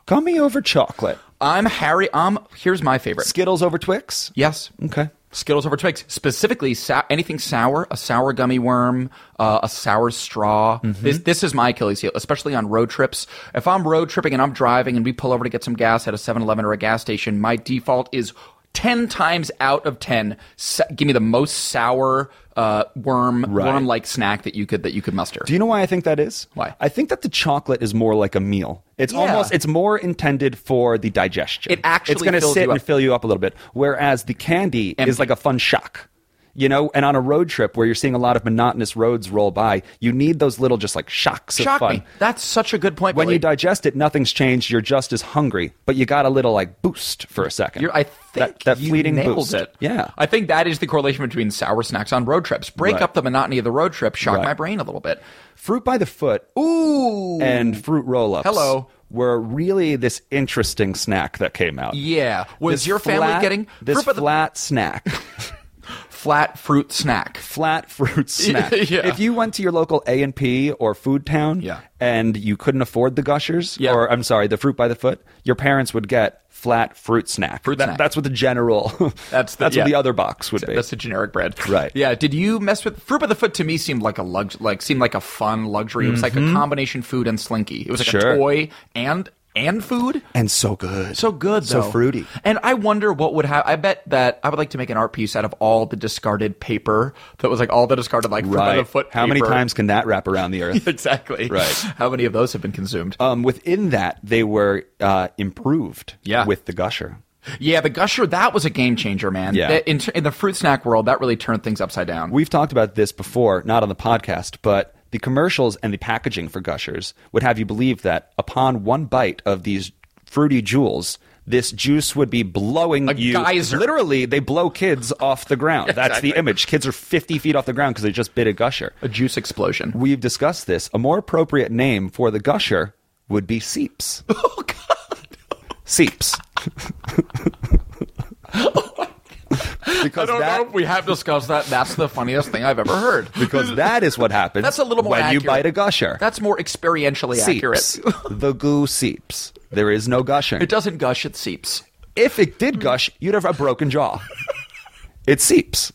C: gummy over chocolate
B: I'm Harry. Um, here's my favorite.
C: skittles over twix
B: yes.
C: okay
B: Skittles over Twix, specifically sa- anything sour, a sour gummy worm, uh, a sour straw.
C: Mm-hmm.
B: This this is my Achilles heel, especially on road trips. If I'm road tripping and I'm driving and we pull over to get some gas at a 7-Eleven or a gas station, my default is 10 times out of 10 sa- give me the most sour uh, worm
C: Right.
B: worm like snack that you could that you could muster.
C: Do you know why I think that is?
B: Why?
C: I think that the chocolate is more like a meal. It's
B: Yeah.
C: almost it's more intended for the digestion.
B: It actually
C: it's going to
B: fills
C: sit
B: you
C: and
B: up.
C: fill you up a little bit, whereas the candy
B: Empty.
C: is like a fun shock. You know, and on a road trip where you're seeing a lot of monotonous roads roll by, you need those little just like shocks of
B: Shock
C: fun.
B: me. That's such a good point.
C: When
B: Billy.
C: you digest it, nothing's changed. You're just as hungry, but you got a little like boost for a 2nd
B: You're, I
C: that,
B: think
C: that
B: you
C: fleeting
B: nailed
C: boost.
B: it.
C: Yeah,
B: I think that is the correlation between sour snacks on road trips. Break
C: Right.
B: up the monotony of the road trip. Shock
C: Right.
B: my brain a little bit.
C: fruit by the foot.
B: Ooh,
C: and fruit roll-ups.
B: Hello.
C: Were really this interesting snack that came out.
B: yeah. Was
C: This
B: your family
C: flat-
B: getting
C: this
B: fruit by the-
C: flat snack?
B: flat fruit snack?
C: flat fruit snack.
B: Yeah.
C: If you went to your local A and P or food town,
B: Yeah.
C: and you couldn't afford the gushers,
B: Yeah.
C: or I'm sorry, the fruit by the foot, your parents would get flat fruit snack.
B: Fruit
C: That-
B: snack.
C: That's what the general.
B: That's the-
C: that's
B: yeah.
C: what the other box would be.
B: That's a generic bread,
C: Right.
B: Yeah. Did you mess with fruit by the foot? To me, seemed like a lux- like seemed like a fun luxury. It was like a combination food and slinky. It was like
C: Mm-hmm. Sure.
B: a toy and and food.
C: and so good.
B: So good,
C: So
B: though.
C: fruity.
B: And I wonder what would have. I bet that I would like to make an art piece out of all the discarded paper that was like all the discarded like fruit by the
C: Right.
B: foot.
C: How many
B: paper.
C: times can that wrap around the earth?
B: exactly.
C: Right.
B: How many of those have been consumed?
C: um, within that, they were uh, improved
B: Yeah.
C: with the gusher.
B: yeah, the gusher that was a game changer, man.
C: Yeah.
B: That- In, in the fruit snack world, that really turned things upside down.
C: We've talked about this before, not on the podcast, but the commercials and the packaging for Gushers would have you believe that upon one bite of these fruity jewels, this juice would be blowing
B: A
C: you.
B: geyser.
C: Literally, they blow kids off the ground. That's the image. Kids are 50 feet off the ground because they just bit a Gusher.
B: a juice explosion.
C: We've discussed this. A more appropriate name for the Gusher would be Seeps. Oh, God.
B: Oh,
C: Seeps.
B: I
C: because
B: don't
C: that
B: know if we have discussed that. That's the funniest thing I've ever heard.
C: because that is what happens.
B: That's a little more
C: when
B: accurate.
C: you bite a gusher.
B: That's more experientially
C: seeps.
B: accurate.
C: the goo seeps. There is no gushing.
B: It doesn't gush, it seeps.
C: if it did gush, you'd have a broken jaw. it seeps.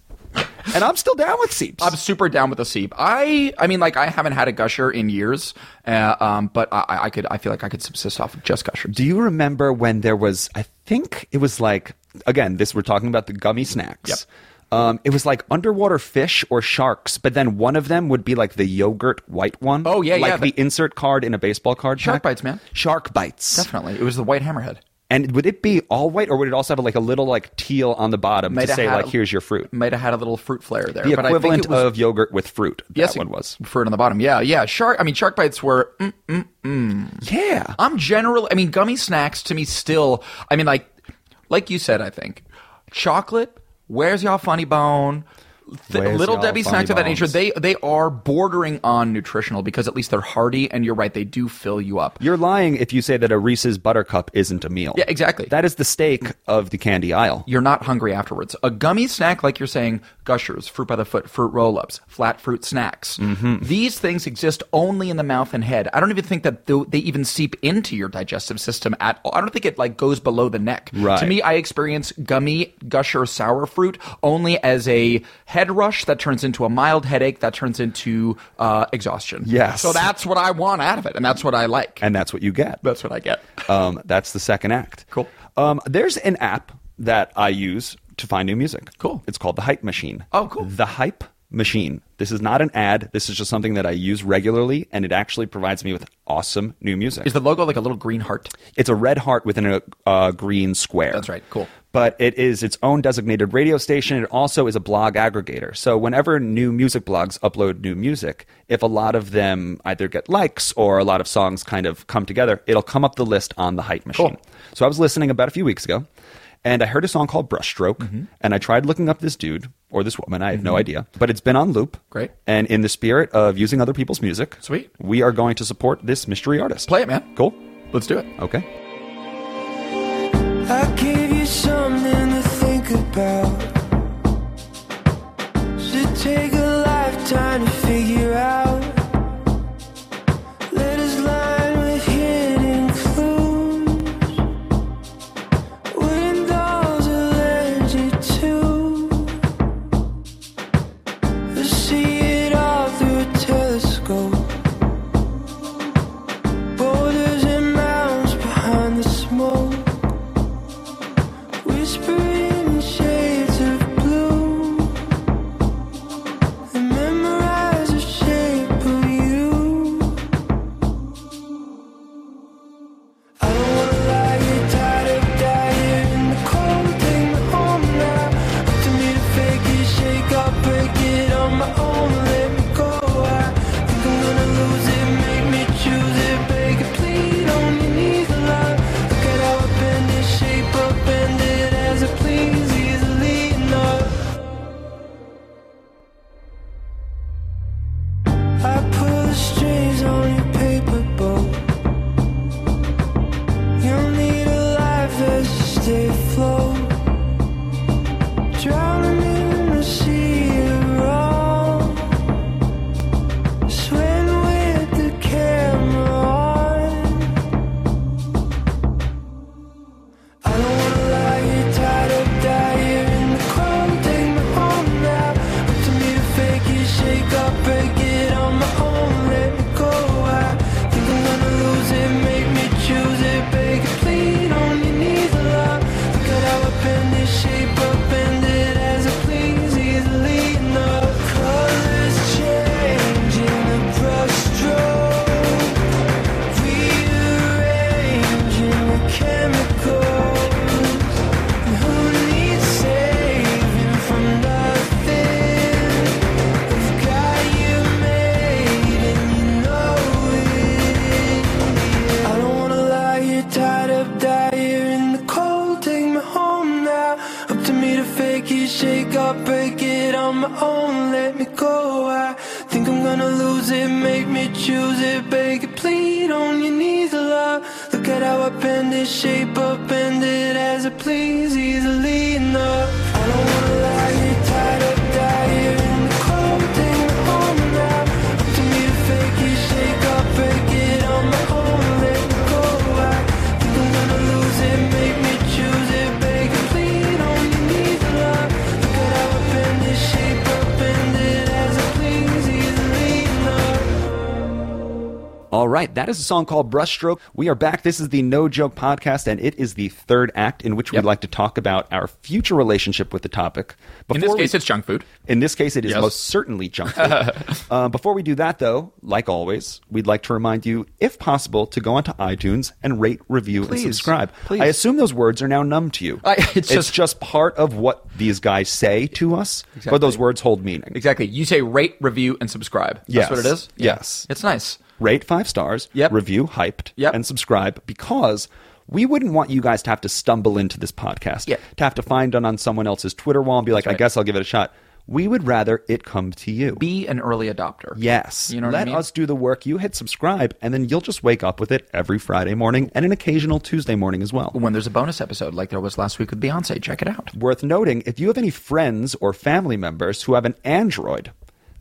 C: And I'm still down with seeps.
B: I'm super down with the seep. I, I mean, like I haven't had a gusher in years, uh, um, but I, I could, I feel like I could subsist off of just gushers.
C: Do you remember when there was? I think it was like again. This we're talking about the gummy snacks.
B: Yep.
C: Um, it was like underwater fish or sharks, but then one of them would be like the yogurt white one.
B: Oh, yeah,
C: like
B: yeah,
C: the
B: the-
C: insert card in a baseball card.
B: Shark
C: pack.
B: bites, man.
C: Shark bites.
B: Definitely, it was the white hammerhead.
C: And would it be all white, or would it also have like a little like teal on the bottom
B: Might
C: to
B: have
C: say
B: had
C: like
B: a-
C: here's your fruit?
B: Might have had a little fruit flare there.
C: The
B: but I think
C: equivalent
B: it was-
C: of yogurt with fruit. That
B: yes,
C: one was.
B: fruit on the bottom. Yeah, yeah. Shark. I mean, shark bites were. mm,
C: Yeah.
B: I'm general. I mean, gummy snacks to me still. I mean, like, like you said, I think chocolate. Where's y'all funny bone? Th-
C: Where's
B: little
C: y'all
B: Debbie
C: funny
B: snacks of that nature.
C: bones?
B: They they are bordering on nutritional because at least they're hearty, and you're right. They do fill you up.
C: You're lying if you say that a Reese's Buttercup isn't a meal.
B: Yeah, exactly.
C: That is the steak of the candy aisle.
B: you're not hungry afterwards. A gummy snack, like you're saying, gushers, fruit by the foot, fruit roll ups, flat fruit snacks.
C: Mm-hmm.
B: These things exist only in the mouth and head. I don't even think that th- they even seep into your digestive system at all. I don't think it like goes below the neck.
C: Right.
B: To me, I experience gummy gusher sour fruit only as a head rush that turns into a mild headache that turns into uh, exhaustion.
C: Yes.
B: So that's what I want out of it, and that's what I like.
C: and that's what you get.
B: that's what I get.
C: Um, that's the second act.
B: Cool.
C: Um, there's an app that I use to find new music.
B: Cool.
C: It's called the Hype Machine.
B: Oh, cool.
C: The Hype Machine. This is not an ad. This is just something that I use regularly, and it actually provides me with awesome new music.
B: Is the logo like a little green heart?
C: it's a red heart within a uh, green square.
B: That's right. Cool.
C: But it is its own designated radio station. It also is a blog aggregator. So whenever new music blogs upload new music, if a lot of them either get likes or a lot of songs kind of come together, it'll come up the list on the hype machine.
B: Cool.
C: So I was listening about a few weeks ago, and I heard a song called Brushstroke,
B: Mm-hmm.
C: and I tried looking up this dude or this woman. I have no idea, but it's been on loop.
B: Great.
C: And in the spirit of using other people's music,
B: Sweet.
C: we are going to support this mystery artist.
B: Play it, man.
C: Cool.
B: Let's do it.
C: Okay.
E: I gave you something to think about. Should take a lifetime to figure out. Letters lined with hidden clues. Wooden dolls will lend you to. You'll see it all through a telescope. Boulders and mounds behind the smoke. Whispering shades of blue and memorize the shape of you. I don't wanna lie here, tied up, die here in the cold, take me home now. Up to me to fake it, shake up, break it on my own, let me go. I think I'm gonna lose it, make me choose it, beg it, plead on your knees a lot. Look at how I bend it, shape up, bend it as I please, easily enough. I pull the strings on your paper boat. You'll need a life as you stay afloat. Drowning in the sea of wrong. Swim with the camera on. I don't wanna lie here, tied up, die here in the cold. Take me home now. Up to me to fake it, shake up, break it on my own. Let me go. I think I'm gonna lose it, make me choose it, beg it, plead on your knees a lot. Look at how I bend it, shape up, bend it as I please, easily enough. Colors change in the brushstroke. Rearranging the chemicals. And who needs saving from nothing? I've got you made, and you know it. I don't wanna lie here, tied up, die here in the cold. Take me home now. Up to me to fake it, shake up, break it on my own. Let me go. I think I'm gonna lose it, make me choose it, beg it, plead on your knees a lot. Look at how I bend it, shape up, bend it as I please, easily enough. I don't wanna lie.
C: All right, that is a song called Brushstroke. We are back. This is the No Joke Podcast, and it is the third act in which
B: Yep.
C: we'd like to talk about our future relationship with the topic.
B: In this
C: we-
B: case, it's junk food.
C: In this case, it is
B: Yes.
C: most certainly junk food. uh, before we do that, though, like always, we'd like to remind you, if possible, to go onto iTunes and rate, review,
B: Please.
C: and subscribe.
B: Please.
C: I assume those words are now numb to you.
B: I- it's
C: it's
B: just-
C: just, part of what these guys say to us,
B: Exactly.
C: but those words hold meaning.
B: Exactly. You say rate, review, and subscribe. That's
C: Yes.
B: what it is?
C: Yes.
B: It's nice.
C: Rate five stars,
B: Yep.
C: review hyped,
B: Yep.
C: and subscribe because we wouldn't want you guys to have to stumble into this podcast,
B: Yeah.
C: to have to find it on someone else's Twitter wall and be like,
B: right.
C: I guess I'll give it a shot. We would rather it come to you.
B: Be an early adopter.
C: Yes.
B: You know what
C: Let
B: I mean?
C: us do the work. You hit subscribe, and then you'll just wake up with it every Friday morning and an occasional Tuesday morning as well.
B: when there's a bonus episode like there was last week with Beyonce, check it out.
C: Worth noting if you have any friends or family members who have an Android,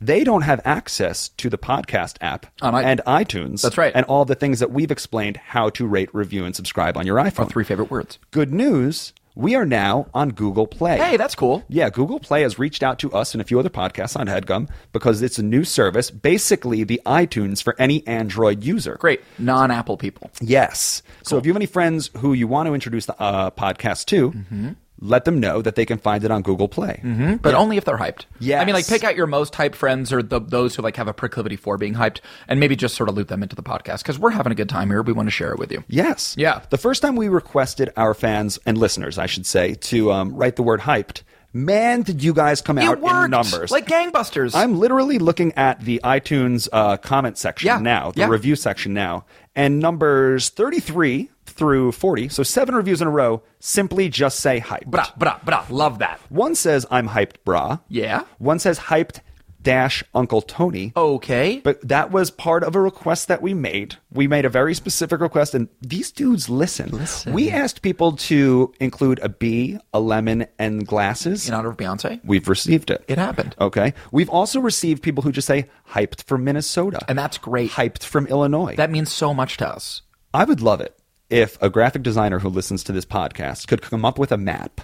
C: they don't have access to the podcast app
B: On i-
C: and iTunes.
B: That's right.
C: And all the things that we've explained how to rate, review, and subscribe on your iPhone.
B: Our three favorite words.
C: Good news we are now on Google Play.
B: Hey, that's cool.
C: Yeah, Google Play has reached out to us and a few other podcasts on HeadGum because it's a new service, basically the iTunes for any Android user.
B: Great. Non Apple people.
C: Yes. So if you have any friends who you want to introduce the uh, podcast to,
B: Mm-hmm.
C: let them know that they can find it on Google Play.
B: But only if they're hyped.
C: Yes.
B: I mean, like, pick out your most hyped friends or the, those who, like, have a proclivity for being hyped and maybe just sort of loop them into the podcast because we're having a good time here. We want to share it with you.
C: Yes.
B: Yeah.
C: The first time we requested our fans and listeners, I should say, to um, write the word hyped, man, did you guys come out
B: it worked.
C: in numbers.
B: Like gangbusters.
C: I'm literally looking at the iTunes uh, comment section
B: Yeah.
C: now, the
B: Yeah.
C: review section now, and numbers 33 through 40, so seven reviews in a row, simply just say hyped.
B: Bra, bra, bra. Love that.
C: One says I'm hyped, brah.
B: Yeah. Oh,
C: One says hyped dash Uncle Tony.
B: Okay.
C: But that was part of a request that we made. We made a very specific request, and these dudes listen.
B: Listen.
C: We asked people to include a bee, a lemon, and glasses.
B: in honor of Beyonce,
C: We've received it.
B: it happened.
C: Okay. We've also received people who just say hyped from Minnesota.
B: And that's great.
C: Hyped from Illinois.
B: That means so much to us.
C: I would love it if a graphic designer who listens to this podcast could come up with a map,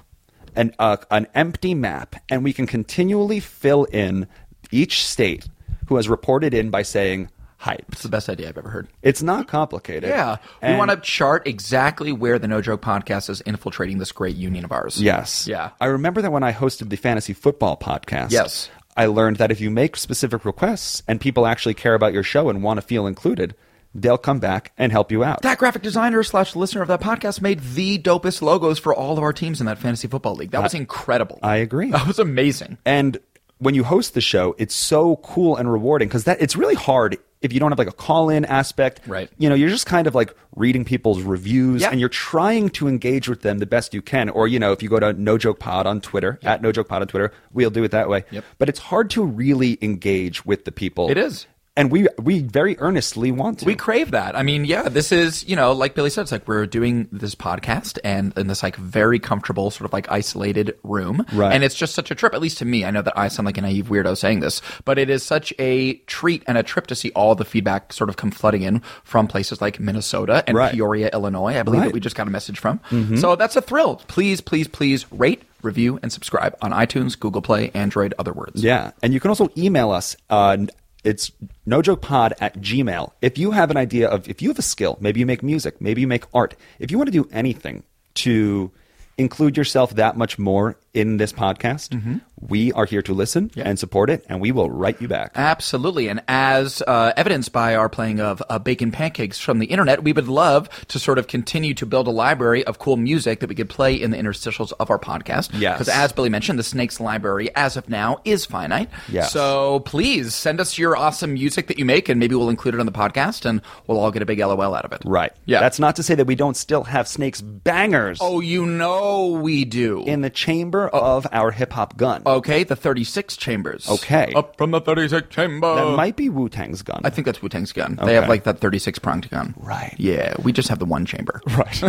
C: an uh, an empty map, and we can continually fill in each state who has reported in by saying hyped.
B: It's the best idea I've ever heard.
C: It's not complicated.
B: Yeah. we
C: And-
B: want to chart exactly where the No Joke podcast is infiltrating this great union of ours.
C: Yes.
B: Yeah.
C: I remember that when I hosted the fantasy football podcast.
B: Yes.
C: I learned that if you make specific requests and people actually care about your show and want to feel included, they'll come back and help you out.
B: that graphic designer slash listener of that podcast made the dopest logos for all of our teams in that fantasy football league. That was incredible.
C: I agree.
B: That was amazing.
C: And when you host the show, it's so cool and rewarding because that it's really hard if you don't have like a call in aspect.
B: Right.
C: You know, you're just kind of like reading people's reviews
B: Yeah.
C: and you're trying to engage with them the best you can. Or, you know, if you go to No Joke Pod on Twitter, at No Joke Pod on Twitter, we'll do it that way.
B: Yep.
C: But it's hard to really engage with the people.
B: It is.
C: And we we very earnestly want to.
B: We crave that. I mean, yeah, this is, you know, like Billy said, it's like we're doing this podcast and in this like very comfortable, sort of like isolated room.
C: Right.
B: And it's just such a trip, at least to me. I know that I sound like a naive weirdo saying this, but it is such a treat and a trip to see all the feedback sort of come flooding in from places like Minnesota and
C: Right.
B: Peoria, Illinois. I believe
C: Right. Mm-hmm.
B: that we just got a message from. So that's a thrill. Please, please, please rate, review, and subscribe on iTunes, Google Play, Android, other words.
C: Yeah. And you can also email us. Uh, n- it's nojokepod at gmail. If you have an idea of, if you have a skill, maybe you make music, maybe you make art, if you want to do anything to include yourself that much more in this podcast,
B: Mm-hmm.
C: we are here to listen and support it, and we will write you back.
B: Absolutely. And as uh, evidenced by our playing of uh, Bacon Pancakes from the internet, we would love to sort of continue to build a library of cool music that we could play in the interstitials of our podcast.
C: Yes.
B: Because as Billy mentioned, the Snakes library, as of now, is finite.
C: Yes.
B: So please send us your awesome music that you make, and maybe we'll include it on the podcast, and we'll all get a big LOL out of it.
C: Right.
B: Yeah.
C: That's not to say that we don't still have snakes bangers
B: Oh, you know we do.
C: in the chamber of our hip hop gun.
B: okay, the 36 chambers.
C: Okay.
B: Up from the 36 chamber.
C: that might be Wu Tang's gun.
B: I think that's Wu Tang's gun. They have
C: Okay.
B: like that 36 pronged gun.
C: Right. Uh,
B: Yeah. We just have the one chamber.
C: Right.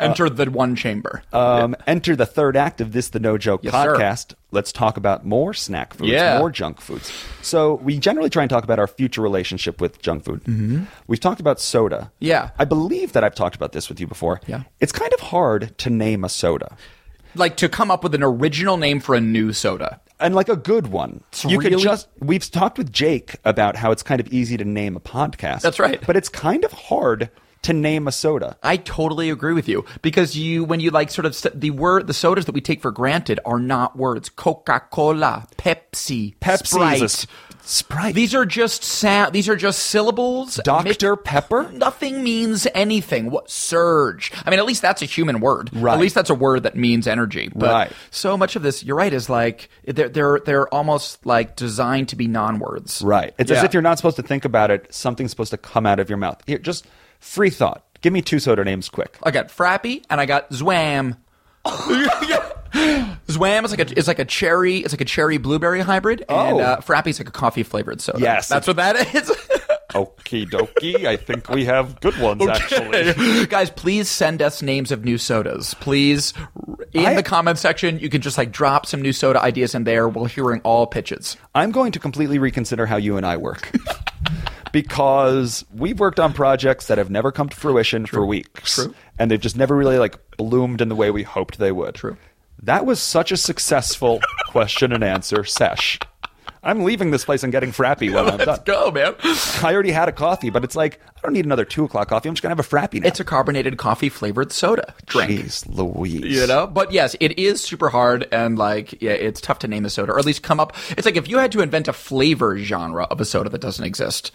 B: Enter the one chamber.
C: Um, Enter the third act of this, the No Joke
B: Yes, sir.
C: podcast. Let's talk about more snack foods,
B: Yeah.
C: more junk foods. So we generally try and talk about our future relationship with junk food. Mm-hmm. We've talked about soda.
B: Yeah.
C: I believe that I've talked about this with you before.
B: Yeah.
C: It's kind of hard to name a soda.
B: like to come up with an original name for a new soda.
C: and like a good one. you could
B: really-
C: just we've talked with Jake about how it's kind of easy to name a podcast.
B: That's right.
C: But it's kind of hard to name a soda.
B: I totally agree with you because you, when you like sort of st- the word, the sodas that we take for granted are not words. Coca Cola, Pepsi,
C: Pepsi
B: Sprite.
C: is a s- Sprite.
B: these are just sa- these are just syllables.
C: Dr.
B: Make-
C: Pepper?
B: Nothing means anything. What surge? I mean, at least that's a human word.
C: Right.
B: At least that's a word that means energy. But
C: Right.
B: so much of this, you're right, is like they're they're they're almost like designed to be non-words.
C: Right. It's as
B: Yeah.
C: if you're not supposed to think about it. Something's supposed to come out of your mouth. Here, just free thought. Give me two soda names quick.
B: I got Frappy and I got Zwam. Zwam is like a is like a cherry it's like a cherry blueberry hybrid and
C: Oh.
B: uh, Frappy's like a coffee flavored soda.
C: Yes.
B: that's what that is.
C: Okie dokie. I think we have good ones,
B: Guys, please send us names of new sodas. Please in
C: I-
B: the comment section, you can just like drop some new soda ideas in there. We're hearing all pitches.
C: I'm going to completely reconsider how you and I work. because we've worked on projects that have never come to fruition for weeks.
B: True.
C: And they've just never really like bloomed in the way we hoped they would. True. That was such a successful question and answer sesh. I'm leaving this place and getting frappy when I'm done.
B: Let's go, man.
C: I already had a coffee, but it's like I don't need another two o'clock coffee. I'm just gonna have a frappy now.
B: It's a carbonated coffee flavored soda drink.
C: Jeez, Louise.
B: you know but yes it is super hard and like yeah it's tough to name a soda or at least come up it's like if you had to invent a flavor genre of a soda that doesn't exist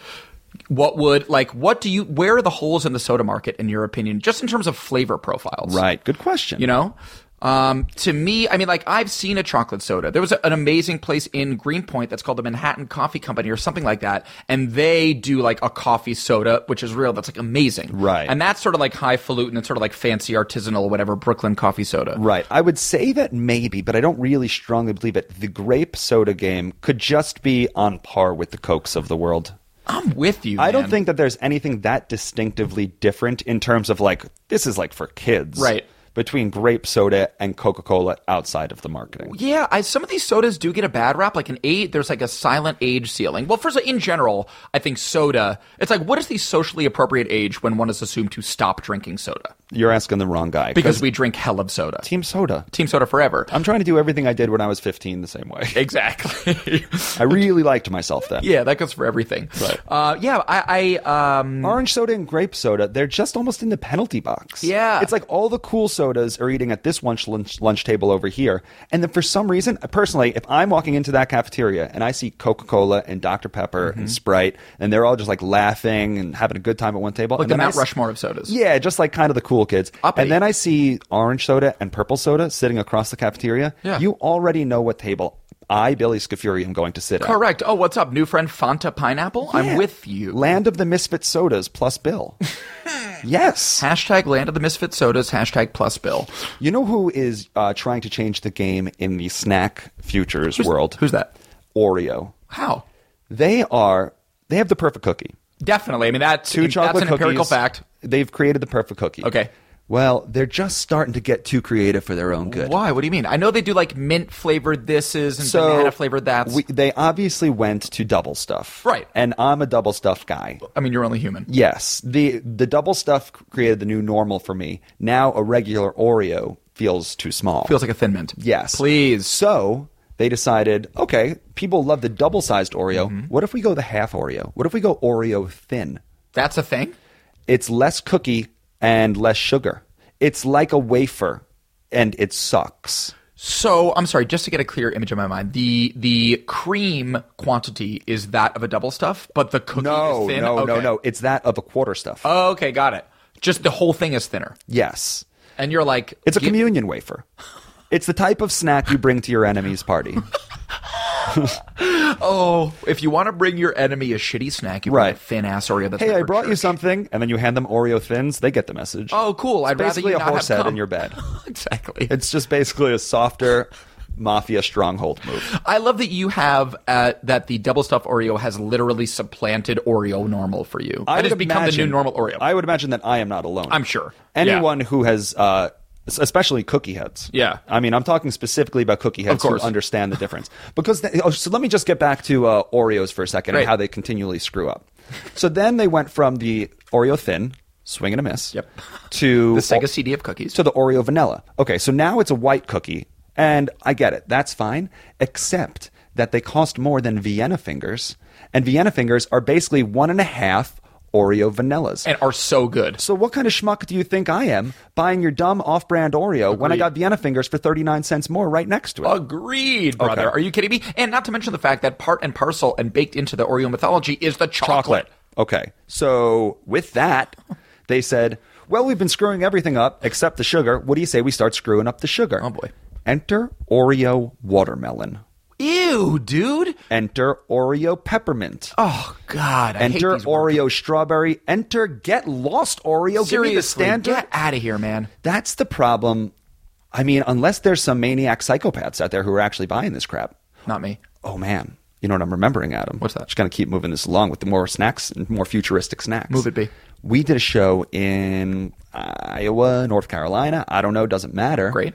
B: what would like what do you where are the holes in the soda market in your opinion just in terms of flavor profiles
C: Right. Good question.
B: you know um, to me, I mean, like I've seen a chocolate soda. There was a- an amazing place in Greenpoint that's called the Manhattan Coffee Company or something like that, and they do like a coffee soda, which is real. That's like amazing,
C: Right.
B: And that's sort of like highfalutin and sort of like fancy artisanal, whatever Brooklyn coffee soda,
C: Right. I would say that maybe, but I don't really strongly believe it. The grape soda game could just be on par with the Cokes of the world.
B: I'm with you.
C: I don't
B: man.
C: think that there's anything that distinctively different in terms of like this is like for kids.
B: Right.
C: Between grape soda and Coca Cola outside of the marketing.
B: Yeah, I, some of these sodas do get a bad rap. Like an eight, there's like a silent age ceiling. Well, first, in general, I think soda. It's like, what is the socially appropriate age when one is assumed to stop drinking soda
C: You're asking the wrong guy.
B: because we drink hell of soda.
C: team soda.
B: Team soda forever.
C: I'm trying to do everything I did when I was 15 the same way.
B: exactly.
C: I really liked myself then.
B: yeah, that goes for everything.
C: Right.
B: Uh, yeah, I. I um,
C: Orange soda and grape soda, they're just almost in the penalty box.
B: Yeah.
C: It's like all the cool sodas are eating at this lunch, lunch, lunch table over here. And then for some reason, personally, if I'm walking into that cafeteria and I see Coca Cola and Dr. Pepper
B: Mm-hmm.
C: and Sprite, and they're all just like laughing and having a good time at one table.
B: like
C: and
B: the
C: then I
B: Mount
C: s-
B: Rushmore of sodas.
C: Yeah, just like kind of the cool kids.
B: Uppity.
C: And then I see orange soda and purple soda sitting across the cafeteria.
B: Yeah.
C: You already know what table I, Billy Scafuri, am going to sit at.
B: Correct. Oh, what's up, new friend? Fanta pineapple. I'm
C: Yeah.
B: with you.
C: Land of the Misfit Sodas plus Bill. yes.
B: hashtag land of the misfit sodas. Hashtag plus bill.
C: You know who is uh, trying to change the game in the snack futures world?
B: Who's that?
C: Oreo.
B: How?
C: They are. They have the perfect cookie.
B: Definitely. I mean, that's,
C: Two chocolate
B: that's an
C: cookies.
B: empirical fact.
C: They've created the perfect cookie.
B: Okay.
C: Well, they're just starting to get too creative for their own good.
B: Why? What do you mean? I know they do like mint flavored this is and banana flavored that's.
C: we- they obviously went to double stuff.
B: Right.
C: And I'm a double stuff guy.
B: I mean, you're only human.
C: Yes, the the double stuff created the new normal for me. Now a regular Oreo feels too small.
B: Feels like a thin mint.
C: Yes.
B: Please.
C: So they decided, okay, people love the double sized Oreo.
B: Mm-hmm.
C: What if we go the half Oreo? What if we go Oreo thin?
B: That's a thing?
C: It's less cookie and less sugar. It's like a wafer and it sucks.
B: So, I'm sorry, just to get a clear image in my mind, the the cream quantity is that of a double stuff, but the cookie
C: No,
B: is thin?
C: no, no,
B: Okay. Uh,
C: no. It's that of a quarter stuff.
B: Okay, got it. Just the whole thing is thinner.
C: yes.
B: And you're like,
C: It's a
B: "Gi-
C: communion wafer. It's the type of snack you bring to your enemy's party.
B: Oh, if you want to bring your enemy a shitty snack, you bring
C: Right.
B: a thin ass Oreo. That's
C: hey,
B: made
C: I
B: for
C: brought you
B: church.
C: something, and then you hand them Oreo thins. They get the message.
B: Oh, cool.
C: It's
B: I'd rather
C: basically
B: you
C: a
B: not have
C: horse head
B: come.
C: in your bed.
B: exactly.
C: It's just basically a softer mafia stronghold move.
B: I love that you have uh, that the double stuff Oreo has literally supplanted Oreo normal for you.
C: I
B: It has
C: would
B: become the new
C: imagine-
B: normal Oreo.
C: I would imagine that I am not alone.
B: I'm sure.
C: Anyone who has, uh, s- especially cookie heads.
B: Yeah.
C: I mean, I'm talking specifically about cookie heads who
B: course.
C: understand the difference. Because, they, oh, so let me just get back to uh, Oreos for a second
B: Great.
C: and how they continually screw up. so then they went from the Oreo thin, swing and a miss,
B: Yep.
C: to
B: the Sega CD of cookies.
C: to the Oreo vanilla. Okay, so now it's a white cookie And I get it. That's fine. Except that they cost more than Vienna fingers. And Vienna fingers are basically one and a half Oreo vanillas.
B: and are so good.
C: so what kind of schmuck do you think I am buying your dumb off-brand Oreo when I
B: Agreed.
C: got Vienna fingers for 39 cents more right next to it?
B: Agreed, brother.
C: Okay.
B: Are you kidding me? And not to mention the fact that part and parcel and baked into the Oreo mythology is the chocolate.
C: Okay. So with that, they said, well, we've been screwing everything up except the sugar. What do you say we start screwing up the sugar?
B: Oh, boy.
C: Enter Oreo watermelon.
B: Ew, dude.
C: Enter Oreo peppermint.
B: Oh God. I hate
C: Enter
B: these words.
C: Oreo strawberry. Enter get lost Oreo. Give me the
B: Seriously,
C: standard.
B: get out of here, man.
C: That's the problem. I mean, unless there's some maniac psychopaths out there who are actually buying this crap.
B: Not me.
C: Oh man, you know what I'm remembering, Adam?
B: What's that?
C: Just gonna keep moving this along with more snacks and more futuristic snacks.
B: Move it, B.
C: We did a show in Iowa, North Carolina. I don't know. Doesn't matter.
B: Great.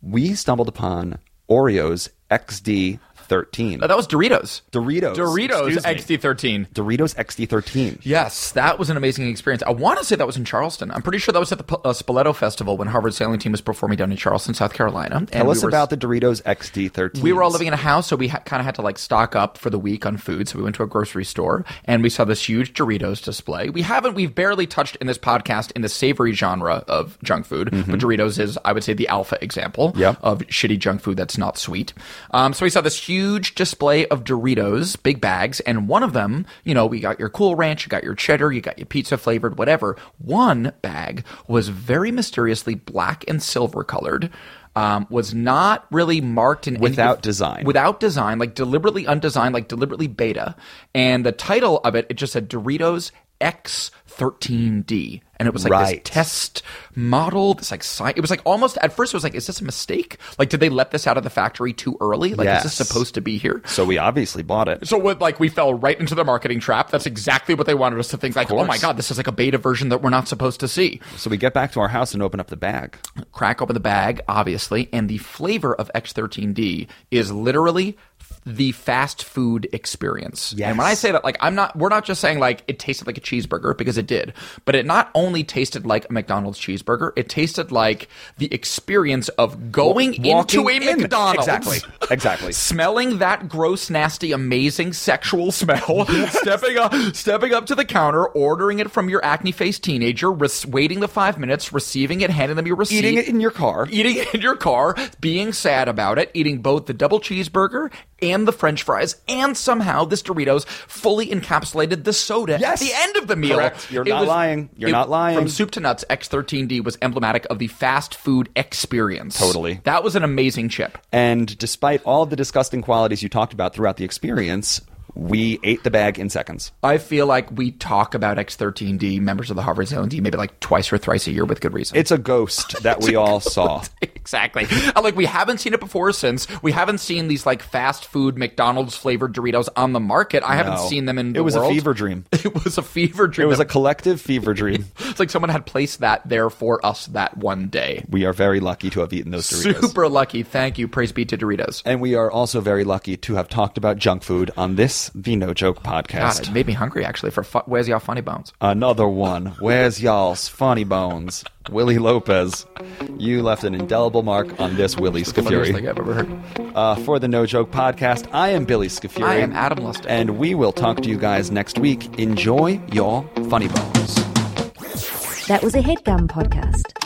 C: We stumbled upon Oreos XD thirteen.
B: Uh, that was Doritos.
C: Doritos.
B: Doritos
C: Excuse me.
B: XD13.
C: Doritos XD thirteen.
B: Yes, that was an amazing experience. I want to say that was in Charleston. I'm pretty sure that was at the P- uh, Spoleto Festival when Harvard sailing team was performing down in Charleston, South Carolina. And
C: Tell
B: we
C: us
B: were-
C: about the Doritos XD thirteen.
B: We were all living in a house, so we ha- kind of had to like stock up for the week on food. So we went to a grocery store and we saw this huge Doritos display. We haven't, we've barely touched in this podcast in the savory genre of junk food, but Doritos is, I would say, the alpha example
C: Mm-hmm. Yep.
B: of shitty junk food that's not sweet. Um, so we saw this huge display of Doritos, big bags, and one of them, you know, we got your Cool Ranch, you got your cheddar, you got your pizza flavored, whatever. One bag was very mysteriously black and silver colored. Um, was not really marked in any-
C: Without design.
B: without design, like deliberately undesigned, like deliberately beta. And the title of it, it just said Doritos X13D. And it was like
C: Right.
B: this test model, this like sci- It was like almost at first, it was like, is this a mistake? Like, did they let this out of the factory too early? Like, is
C: Yes.
B: this supposed to be here?
C: So we obviously bought it.
B: So what, like we fell right into the marketing trap. That's exactly what they wanted us to think. Like, oh my
C: course.
B: god, this is like a beta version that we're not supposed to see.
C: So we get back to our house and open up the bag.
B: crack open the bag, obviously, and the flavor of X13D is literally f- the fast food experience.
C: Yes.
B: And when I say that, like, I'm not, we're not just saying like it tasted like a cheeseburger because it did, but it not only tasted like a McDonald's cheeseburger, it tasted like the experience of going into a
C: Walking in.
B: McDonald's.
C: Exactly. Exactly.
B: Smelling that gross, nasty, amazing sexual smell, stepping up, stepping up to the counter, ordering it from your acne-faced teenager, res- waiting the five minutes, receiving it, handing them your receipt,
C: Eating it in your car.
B: eating it in your car, being sad about it, eating both the double cheeseburger and the french fries, and somehow this Doritos fully encapsulated the soda
C: Yes.
B: at the end of the meal.
C: Correct. You're not lying. You're not lying.
B: From soup to nuts, X13D was emblematic of the fast food experience.
C: Totally.
B: That was an amazing chip.
C: And despite all of the disgusting qualities you talked about throughout the experience, we ate the bag in seconds.
B: I feel like we talk about X13D, members of the Harvard D, maybe like twice or thrice a year with good reason.
C: It's a ghost that we all saw.
B: exactly. Uh, like we haven't seen it before since we haven't seen these like fast food McDonald's flavored Doritos on the market. I haven't
C: No.
B: seen them in.
C: It
B: the
C: was a
B: world.
C: fever dream.
B: It was a fever
C: It
B: dream.
C: was a collective fever dream.
B: It's like someone had placed that there for us that one day.
C: We are very lucky to have eaten those Doritos.
B: Super lucky. Thank you. Praise be to Doritos.
C: And we are also very lucky to have talked about junk food on this The No Joke
B: God, it
C: podcast.
B: made me hungry actually. For fu- where's y'all funny bones?
C: Another one. Where's y'all's funny bones? Willie Lopez. You left an indelible mark on this Willie
B: Funniest
C: Scafuri.
B: thing I've ever heard.
C: uh, for the No Joke Podcast. I am Billy Scafuri.
B: I am Adam Lustig.
C: And we will talk to you guys next week. Enjoy your funny bones.
A: That was a headgum podcast.